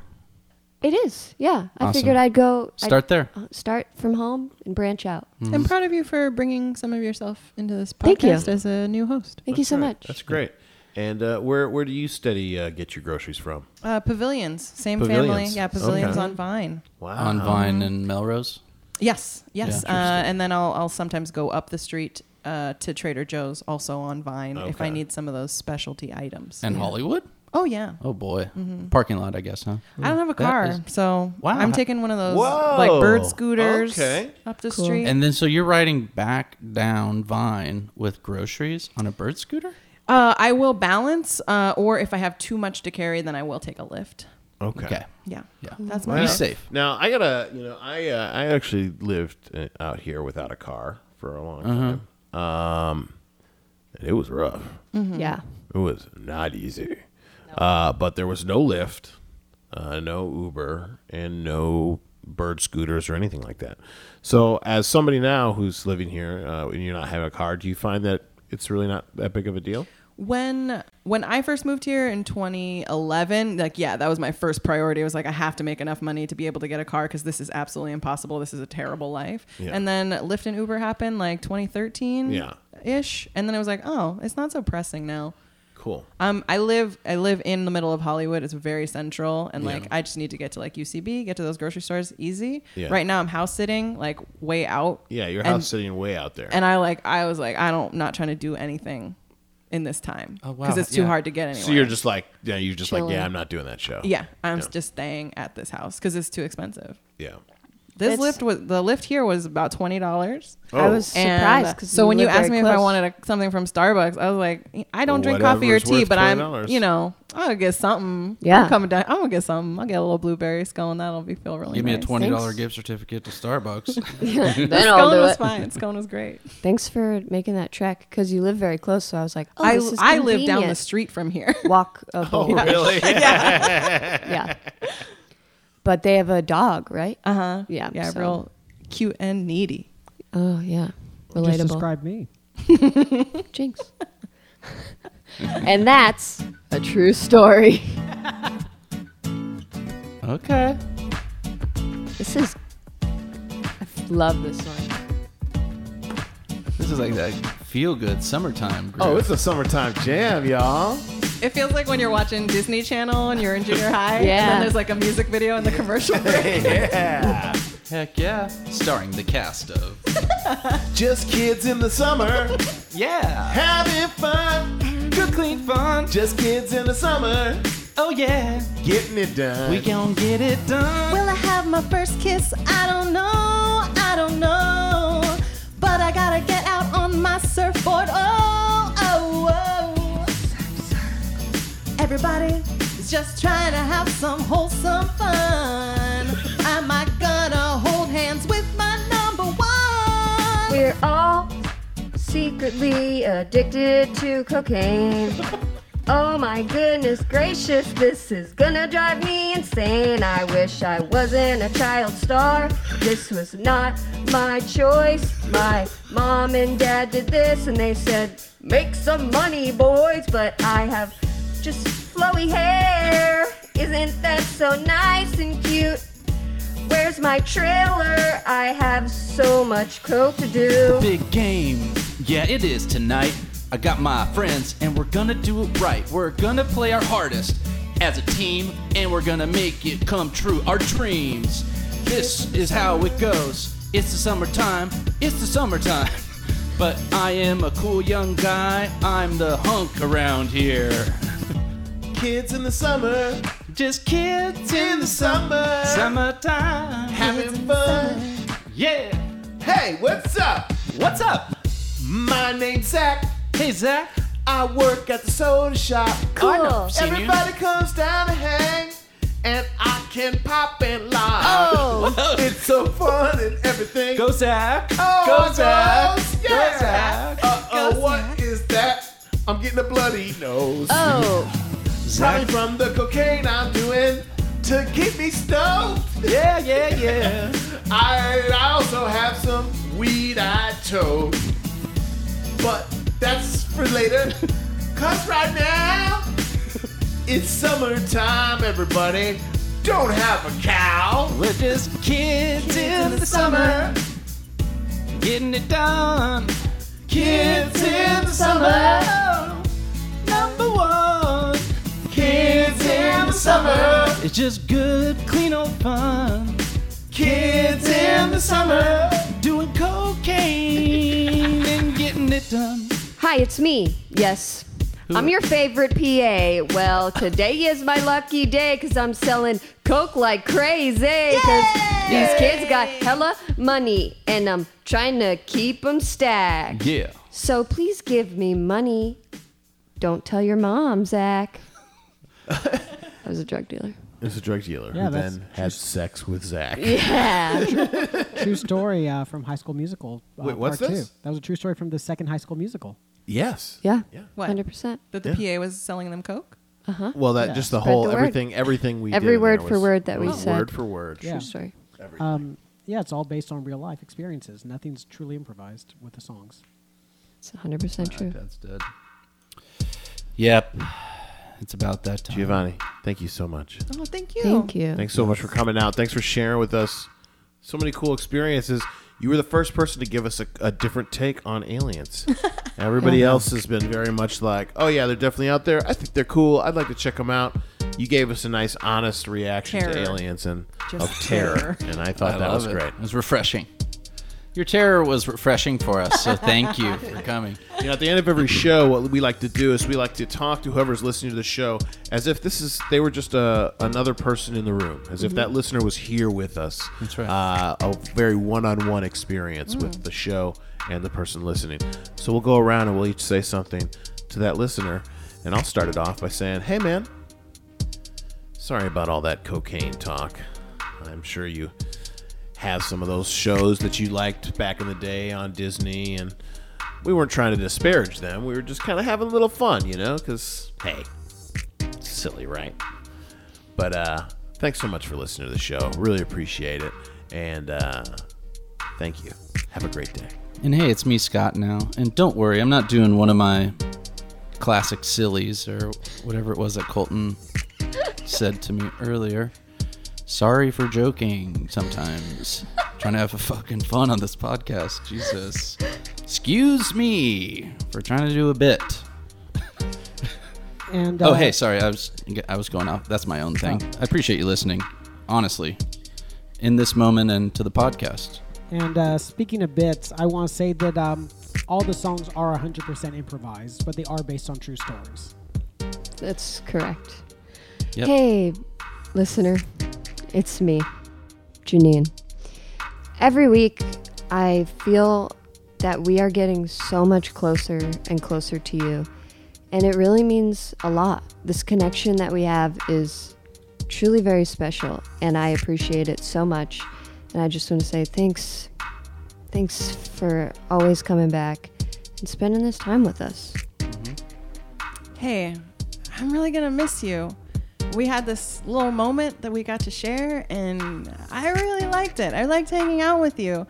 [SPEAKER 1] said.
[SPEAKER 2] grocer?
[SPEAKER 4] It is. Yeah, I
[SPEAKER 2] Awesome.
[SPEAKER 4] figured I'd go I'd,
[SPEAKER 2] Start there.
[SPEAKER 4] uh, start from home and branch out.
[SPEAKER 1] Hmm.
[SPEAKER 3] I'm proud of you for bringing some of yourself into this podcast
[SPEAKER 4] Thank you.
[SPEAKER 3] as a new host.
[SPEAKER 4] Thank you so much.
[SPEAKER 1] That's great. And uh, where where do you steady uh, get your groceries from?
[SPEAKER 3] Uh, pavilions, same family.
[SPEAKER 1] Pavilions.
[SPEAKER 3] Yeah, pavilions
[SPEAKER 1] Okay.
[SPEAKER 3] on Vine.
[SPEAKER 1] Wow.
[SPEAKER 2] On
[SPEAKER 3] Uh-huh.
[SPEAKER 2] Vine and Melrose.
[SPEAKER 3] Yes, yes.
[SPEAKER 2] Yeah.
[SPEAKER 3] uh, and then I'll, I'll sometimes go up the street uh, to Trader Joe's, also on Vine, if I
[SPEAKER 1] Okay.
[SPEAKER 3] need some of those specialty items.
[SPEAKER 2] And Hollywood?
[SPEAKER 3] oh yeah,
[SPEAKER 2] Oh boy.
[SPEAKER 3] Mm-hmm.
[SPEAKER 2] Parking lot, I guess, huh?
[SPEAKER 3] I don't have a
[SPEAKER 2] That
[SPEAKER 3] car,
[SPEAKER 2] is-
[SPEAKER 3] so
[SPEAKER 2] Wow.
[SPEAKER 3] I'm taking one of those like
[SPEAKER 1] Whoa.
[SPEAKER 3] bird scooters
[SPEAKER 1] Okay.
[SPEAKER 3] up the street.
[SPEAKER 2] And then so you're riding back down Vine with groceries on a bird scooter?
[SPEAKER 3] uh, I will balance, uh, or if I have too much to carry, then I will take a lift.
[SPEAKER 2] Okay.
[SPEAKER 3] Yeah,
[SPEAKER 2] Yeah.
[SPEAKER 3] that's
[SPEAKER 2] Be
[SPEAKER 3] my.
[SPEAKER 2] safe.
[SPEAKER 1] Now I gotta, you know, I uh, I actually lived uh, out here without a car for a long
[SPEAKER 3] Uh-huh.
[SPEAKER 1] time. Um, and it was rough.
[SPEAKER 4] Yeah.
[SPEAKER 1] It was not easy. Uh, but there was no Lyft, uh, no Uber, and no bird scooters or anything like that. So as somebody now who's living here uh, and you're not having a car, do you find that it's really not that big of a deal?
[SPEAKER 3] When when I first moved here in 2011, like yeah, that was my first priority. I was like, I have to make enough money to be able to get a car because this is absolutely impossible. This is a terrible life.
[SPEAKER 1] Yeah.
[SPEAKER 3] And then Lyft and Uber happened like 2013,
[SPEAKER 1] Yeah.
[SPEAKER 3] ish. And then I was like, oh, it's not so pressing now.
[SPEAKER 1] Cool.
[SPEAKER 3] Um, I live I live in the middle of Hollywood. It's very central, and
[SPEAKER 1] Yeah.
[SPEAKER 3] like I just need to get to like UCB, get to those grocery stores easy.
[SPEAKER 1] Yeah.
[SPEAKER 3] Right now, I'm house sitting like way out.
[SPEAKER 1] Yeah, your
[SPEAKER 3] And-
[SPEAKER 1] house sitting way out there.
[SPEAKER 3] And I like I was like I don't not trying to do anything in this time
[SPEAKER 2] Oh,
[SPEAKER 3] because
[SPEAKER 2] wow.
[SPEAKER 3] it's too
[SPEAKER 2] Yeah.
[SPEAKER 3] hard to get anywhere.
[SPEAKER 1] so you're just like, yeah, you're just like,
[SPEAKER 4] Chilling.
[SPEAKER 1] yeah, I'm not doing that show.
[SPEAKER 3] yeah. I'm
[SPEAKER 1] Yeah.
[SPEAKER 3] just staying at this house because it's too expensive. [LAUGHS]
[SPEAKER 1] Yeah.
[SPEAKER 3] This
[SPEAKER 4] It's-
[SPEAKER 3] lift was the lift here was about twenty dollars.
[SPEAKER 1] Oh.
[SPEAKER 4] I was surprised because
[SPEAKER 3] so when you asked me if I wanted a, something from Starbucks, I was like, I don't drink coffee or
[SPEAKER 1] Whatever's
[SPEAKER 3] tea,
[SPEAKER 1] worth
[SPEAKER 3] but I'm,
[SPEAKER 1] $20.
[SPEAKER 3] you know, I'll get something.
[SPEAKER 4] Yeah.
[SPEAKER 3] I'm coming down. I'm gonna get something. I'll get a little blueberries going. That'll be feel really.
[SPEAKER 2] Give me
[SPEAKER 3] nice.
[SPEAKER 2] a twenty dollar
[SPEAKER 4] Thanks.
[SPEAKER 2] gift certificate to Starbucks.
[SPEAKER 4] then I'll
[SPEAKER 3] Scone
[SPEAKER 4] do
[SPEAKER 3] was
[SPEAKER 4] it. [LAUGHS]
[SPEAKER 3] fine. Scone was great.
[SPEAKER 4] Thanks for making that trek because you live very close. So I was like, oh,
[SPEAKER 3] I
[SPEAKER 4] this is
[SPEAKER 3] I live down the
[SPEAKER 4] convenient.
[SPEAKER 3] street from here.
[SPEAKER 4] [LAUGHS] Walk a boat.
[SPEAKER 1] Oh, really?
[SPEAKER 3] [LAUGHS]
[SPEAKER 4] yeah. But they have a dog, right?
[SPEAKER 3] Uh huh.
[SPEAKER 4] Yeah,
[SPEAKER 3] [LAUGHS] Yeah.
[SPEAKER 4] so-
[SPEAKER 3] Real cute and needy.
[SPEAKER 4] Oh yeah,
[SPEAKER 5] Just
[SPEAKER 4] relatable.
[SPEAKER 5] describe me.
[SPEAKER 4] Jinx. and that's a true story.
[SPEAKER 2] [LAUGHS] okay.
[SPEAKER 4] This is. I love this one.
[SPEAKER 2] This is like that feel good summertime. Group.
[SPEAKER 1] Oh, it's a summertime jam, y'all.
[SPEAKER 3] It feels like when you're watching Disney Channel and you're in junior high, and
[SPEAKER 4] Yeah.
[SPEAKER 3] then there's like a music video in the commercial break.
[SPEAKER 1] Yeah.
[SPEAKER 2] heck yeah! Starring the cast of
[SPEAKER 1] Just kids in the summer
[SPEAKER 2] yeah,
[SPEAKER 1] having fun.
[SPEAKER 2] good clean fun.
[SPEAKER 1] Just kids in the summer
[SPEAKER 2] [LAUGHS] Oh yeah,
[SPEAKER 1] getting it done.
[SPEAKER 2] we gon' get it done.
[SPEAKER 10] Will I have my first kiss? I don't know, I don't know. But I gotta get out on my surfboard. Oh, oh, oh. Everybody is just trying to have some wholesome fun. Am I gonna hold hands with my number one?
[SPEAKER 11] We're all secretly addicted to cocaine. Oh my goodness gracious, this is gonna drive me insane. I wish I wasn't a child star. This was not my choice. My mom and dad did this and they said, Make some money, boys, but I have just flowy hair. Isn't that so nice and cute? Where's my trailer? I have so much coke to do.
[SPEAKER 2] Big game. Yeah, it is tonight. I got my friends and we're gonna do it right. We're gonna play our hardest as a team and we're gonna make it come true. Our dreams. This is how it goes. It's the summertime. It's the summertime. [LAUGHS] But I am a cool young guy. I'm the hunk around here. [LAUGHS]
[SPEAKER 1] kids in the summer,
[SPEAKER 2] Just kids in
[SPEAKER 1] in the summer,
[SPEAKER 2] summertime.
[SPEAKER 1] having fun.
[SPEAKER 2] Yeah.
[SPEAKER 1] Hey, what's up?
[SPEAKER 2] What's up?
[SPEAKER 1] My name's Zach.
[SPEAKER 2] Hey, Zach.
[SPEAKER 1] I work at the soda shop.
[SPEAKER 11] Cool.
[SPEAKER 2] Senior.
[SPEAKER 1] Everybody comes down to hang, and I can pop and laugh. Oh, it's so fun and everything.
[SPEAKER 2] Go, Zach.
[SPEAKER 1] oh,
[SPEAKER 2] go, Zach.
[SPEAKER 1] goes,
[SPEAKER 2] Go,
[SPEAKER 1] yeah.
[SPEAKER 2] Zach.
[SPEAKER 1] Uh oh, what is that? I'm getting a bloody nose.
[SPEAKER 4] Oh,
[SPEAKER 1] Probably from the cocaine I'm doing to keep me stoned.
[SPEAKER 2] Yeah, yeah, yeah.
[SPEAKER 1] [LAUGHS] I, I also have some weed I tote. But that's for later. [LAUGHS] Cause right now, it's summertime, everybody. Don't have a cow.
[SPEAKER 2] We're just kids, in, the, summer, getting it done. Kids in the summer, number one. Kids in the summer, it's just good, clean old fun. Kids in the summer, doing cocaine and getting it done.
[SPEAKER 4] hi, it's me. Yes. I'm your favorite PA. Well, today is my lucky day because I'm selling Coke like crazy. Because these kids got hella money and I'm trying to keep them stacked.
[SPEAKER 2] Yeah.
[SPEAKER 4] So please give me money. Don't tell your mom, Zach. I was a drug dealer.
[SPEAKER 1] It's a drug dealer
[SPEAKER 5] Yeah,
[SPEAKER 1] who
[SPEAKER 5] that's-
[SPEAKER 1] then had sex with Zach.
[SPEAKER 4] Yeah.
[SPEAKER 5] True story uh, from High School Musical. Uh,
[SPEAKER 1] Wait, what's
[SPEAKER 5] part
[SPEAKER 1] this?
[SPEAKER 5] Two. That was a true story from the second High School Musical.
[SPEAKER 1] Yes.
[SPEAKER 4] [LAUGHS] Yeah.
[SPEAKER 1] Yeah.
[SPEAKER 3] What?
[SPEAKER 4] 100%.
[SPEAKER 3] That the PA was selling them coke.
[SPEAKER 1] Well, that just the
[SPEAKER 4] Spread
[SPEAKER 1] whole
[SPEAKER 4] the word.
[SPEAKER 1] everything, everything we
[SPEAKER 4] Every
[SPEAKER 1] did in
[SPEAKER 4] word
[SPEAKER 1] there
[SPEAKER 4] for
[SPEAKER 1] was-
[SPEAKER 4] word that we
[SPEAKER 1] was
[SPEAKER 4] said.
[SPEAKER 1] word for word.
[SPEAKER 5] Yeah.
[SPEAKER 4] True story.
[SPEAKER 5] Um, yeah, it's all based on real life experiences. Nothing's truly improvised with the songs.
[SPEAKER 4] It's 100% true.
[SPEAKER 2] That's dead. Yep. It's about that time.
[SPEAKER 1] Giovanni, thank you so much.
[SPEAKER 9] Oh, thank you.
[SPEAKER 4] Thank you.
[SPEAKER 1] Thanks so much for coming out. Thanks for sharing with us so many cool experiences. You were the first person to give us a, a different take on
[SPEAKER 4] [LAUGHS]
[SPEAKER 1] aliens. Everybody else has been very much like, "Oh yeah, they're definitely out there. I think they're cool. I'd like to check them out." You gave us a nice, honest reaction to
[SPEAKER 3] Terror.
[SPEAKER 1] aliens and
[SPEAKER 3] Just
[SPEAKER 1] of terror,
[SPEAKER 3] terror.
[SPEAKER 1] and I
[SPEAKER 2] I
[SPEAKER 1] thought that
[SPEAKER 2] love
[SPEAKER 1] was
[SPEAKER 2] it.
[SPEAKER 1] great.
[SPEAKER 2] It was refreshing. Your terror was refreshing for us, so thank [LAUGHS] you for coming.
[SPEAKER 1] You know, at the end of every show, what we like to do is we like to talk to whoever's listening to the show as if this is they were just a, another person in the room, as if that listener was here with us. That's
[SPEAKER 2] right.
[SPEAKER 1] Uh, a very one-on-one experience with the show and the person listening. So we'll go around and we'll each say something to that listener, and I'll start it off by saying, "Hey, man, sorry about all that cocaine talk. I'm sure you." have some of those shows that you liked back in the day on Disney and we weren't trying to disparage them. We were just kind of having a little fun, you know, because, hey, silly, right? But uh, thanks so much for listening to the show. Really appreciate it. And uh, thank you. Have a great day.
[SPEAKER 2] And hey, it's me, Scott, now. And don't worry, I'm not doing one of my classic sillies or whatever it was that Colton said to me earlier. Sorry for joking sometimes. Trying to have a fucking fun on this podcast. Jesus. Excuse me for trying to do a bit.
[SPEAKER 5] And
[SPEAKER 2] oh,
[SPEAKER 5] uh,
[SPEAKER 2] hey, sorry, I was I was going off. That's my own thing. I appreciate you listening, honestly, in this moment and to the podcast.
[SPEAKER 5] And uh, speaking of bits, I want to say that um, all the songs are 100% improvised, but they are based on true stories.
[SPEAKER 4] That's correct.
[SPEAKER 5] Yep.
[SPEAKER 4] Hey, listener, it's me, Janine. Every week, I feel that we are getting so much closer and closer to you, and it really means a lot. This connection that we have is truly very special, and I appreciate it so much. And I just want to say thanks. Thanks for always coming back and spending this time with us.
[SPEAKER 3] Hey, I'm really gonna miss you. We had this little moment that we got to share, and I really liked it. I liked hanging out with you.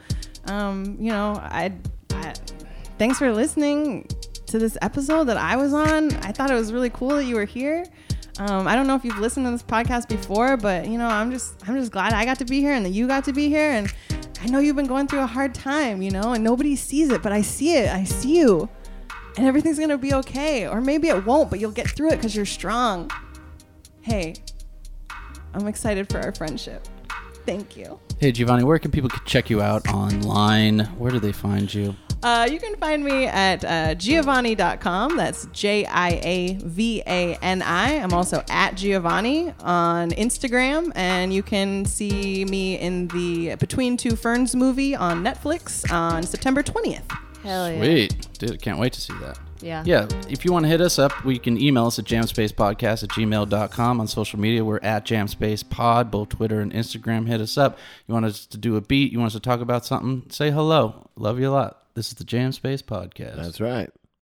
[SPEAKER 3] Um, you know, I, I thanks for listening to this episode that I was on. I thought it was really cool that you were here. Um, I don't know if you've listened to this podcast before, but you know, I'm just I'm just glad I got to be here and that you got to be here. And I know you've been going through a hard time, you know, and nobody sees it, but I see it. I see you and everything's gonna be okay. Or maybe it won't, but you'll get through it because you're strong. Hey, I'm excited for our friendship. Thank you.
[SPEAKER 2] Hey, Giovanni, where can people check you out online? Where do they find you?
[SPEAKER 3] Uh, you can find me at uh, giovanni.com. That's J I A V A N I. I'm also at Giovanni on Instagram, and you can see me in the Between Two Ferns movie on Netflix on September 20th.
[SPEAKER 4] Hell
[SPEAKER 2] Sweet. Dude, can't wait to see that.
[SPEAKER 4] Yeah.
[SPEAKER 2] Yeah. If you want to hit us up, we can email us at jamspacepodcast at gmail.com. On social media, we're at jamspacepod, both Twitter and Instagram. Hit us up. You want us to do a beat? You want us to talk about something? Say hello. Love you a lot. This is the Jam Space Podcast.
[SPEAKER 1] That's right.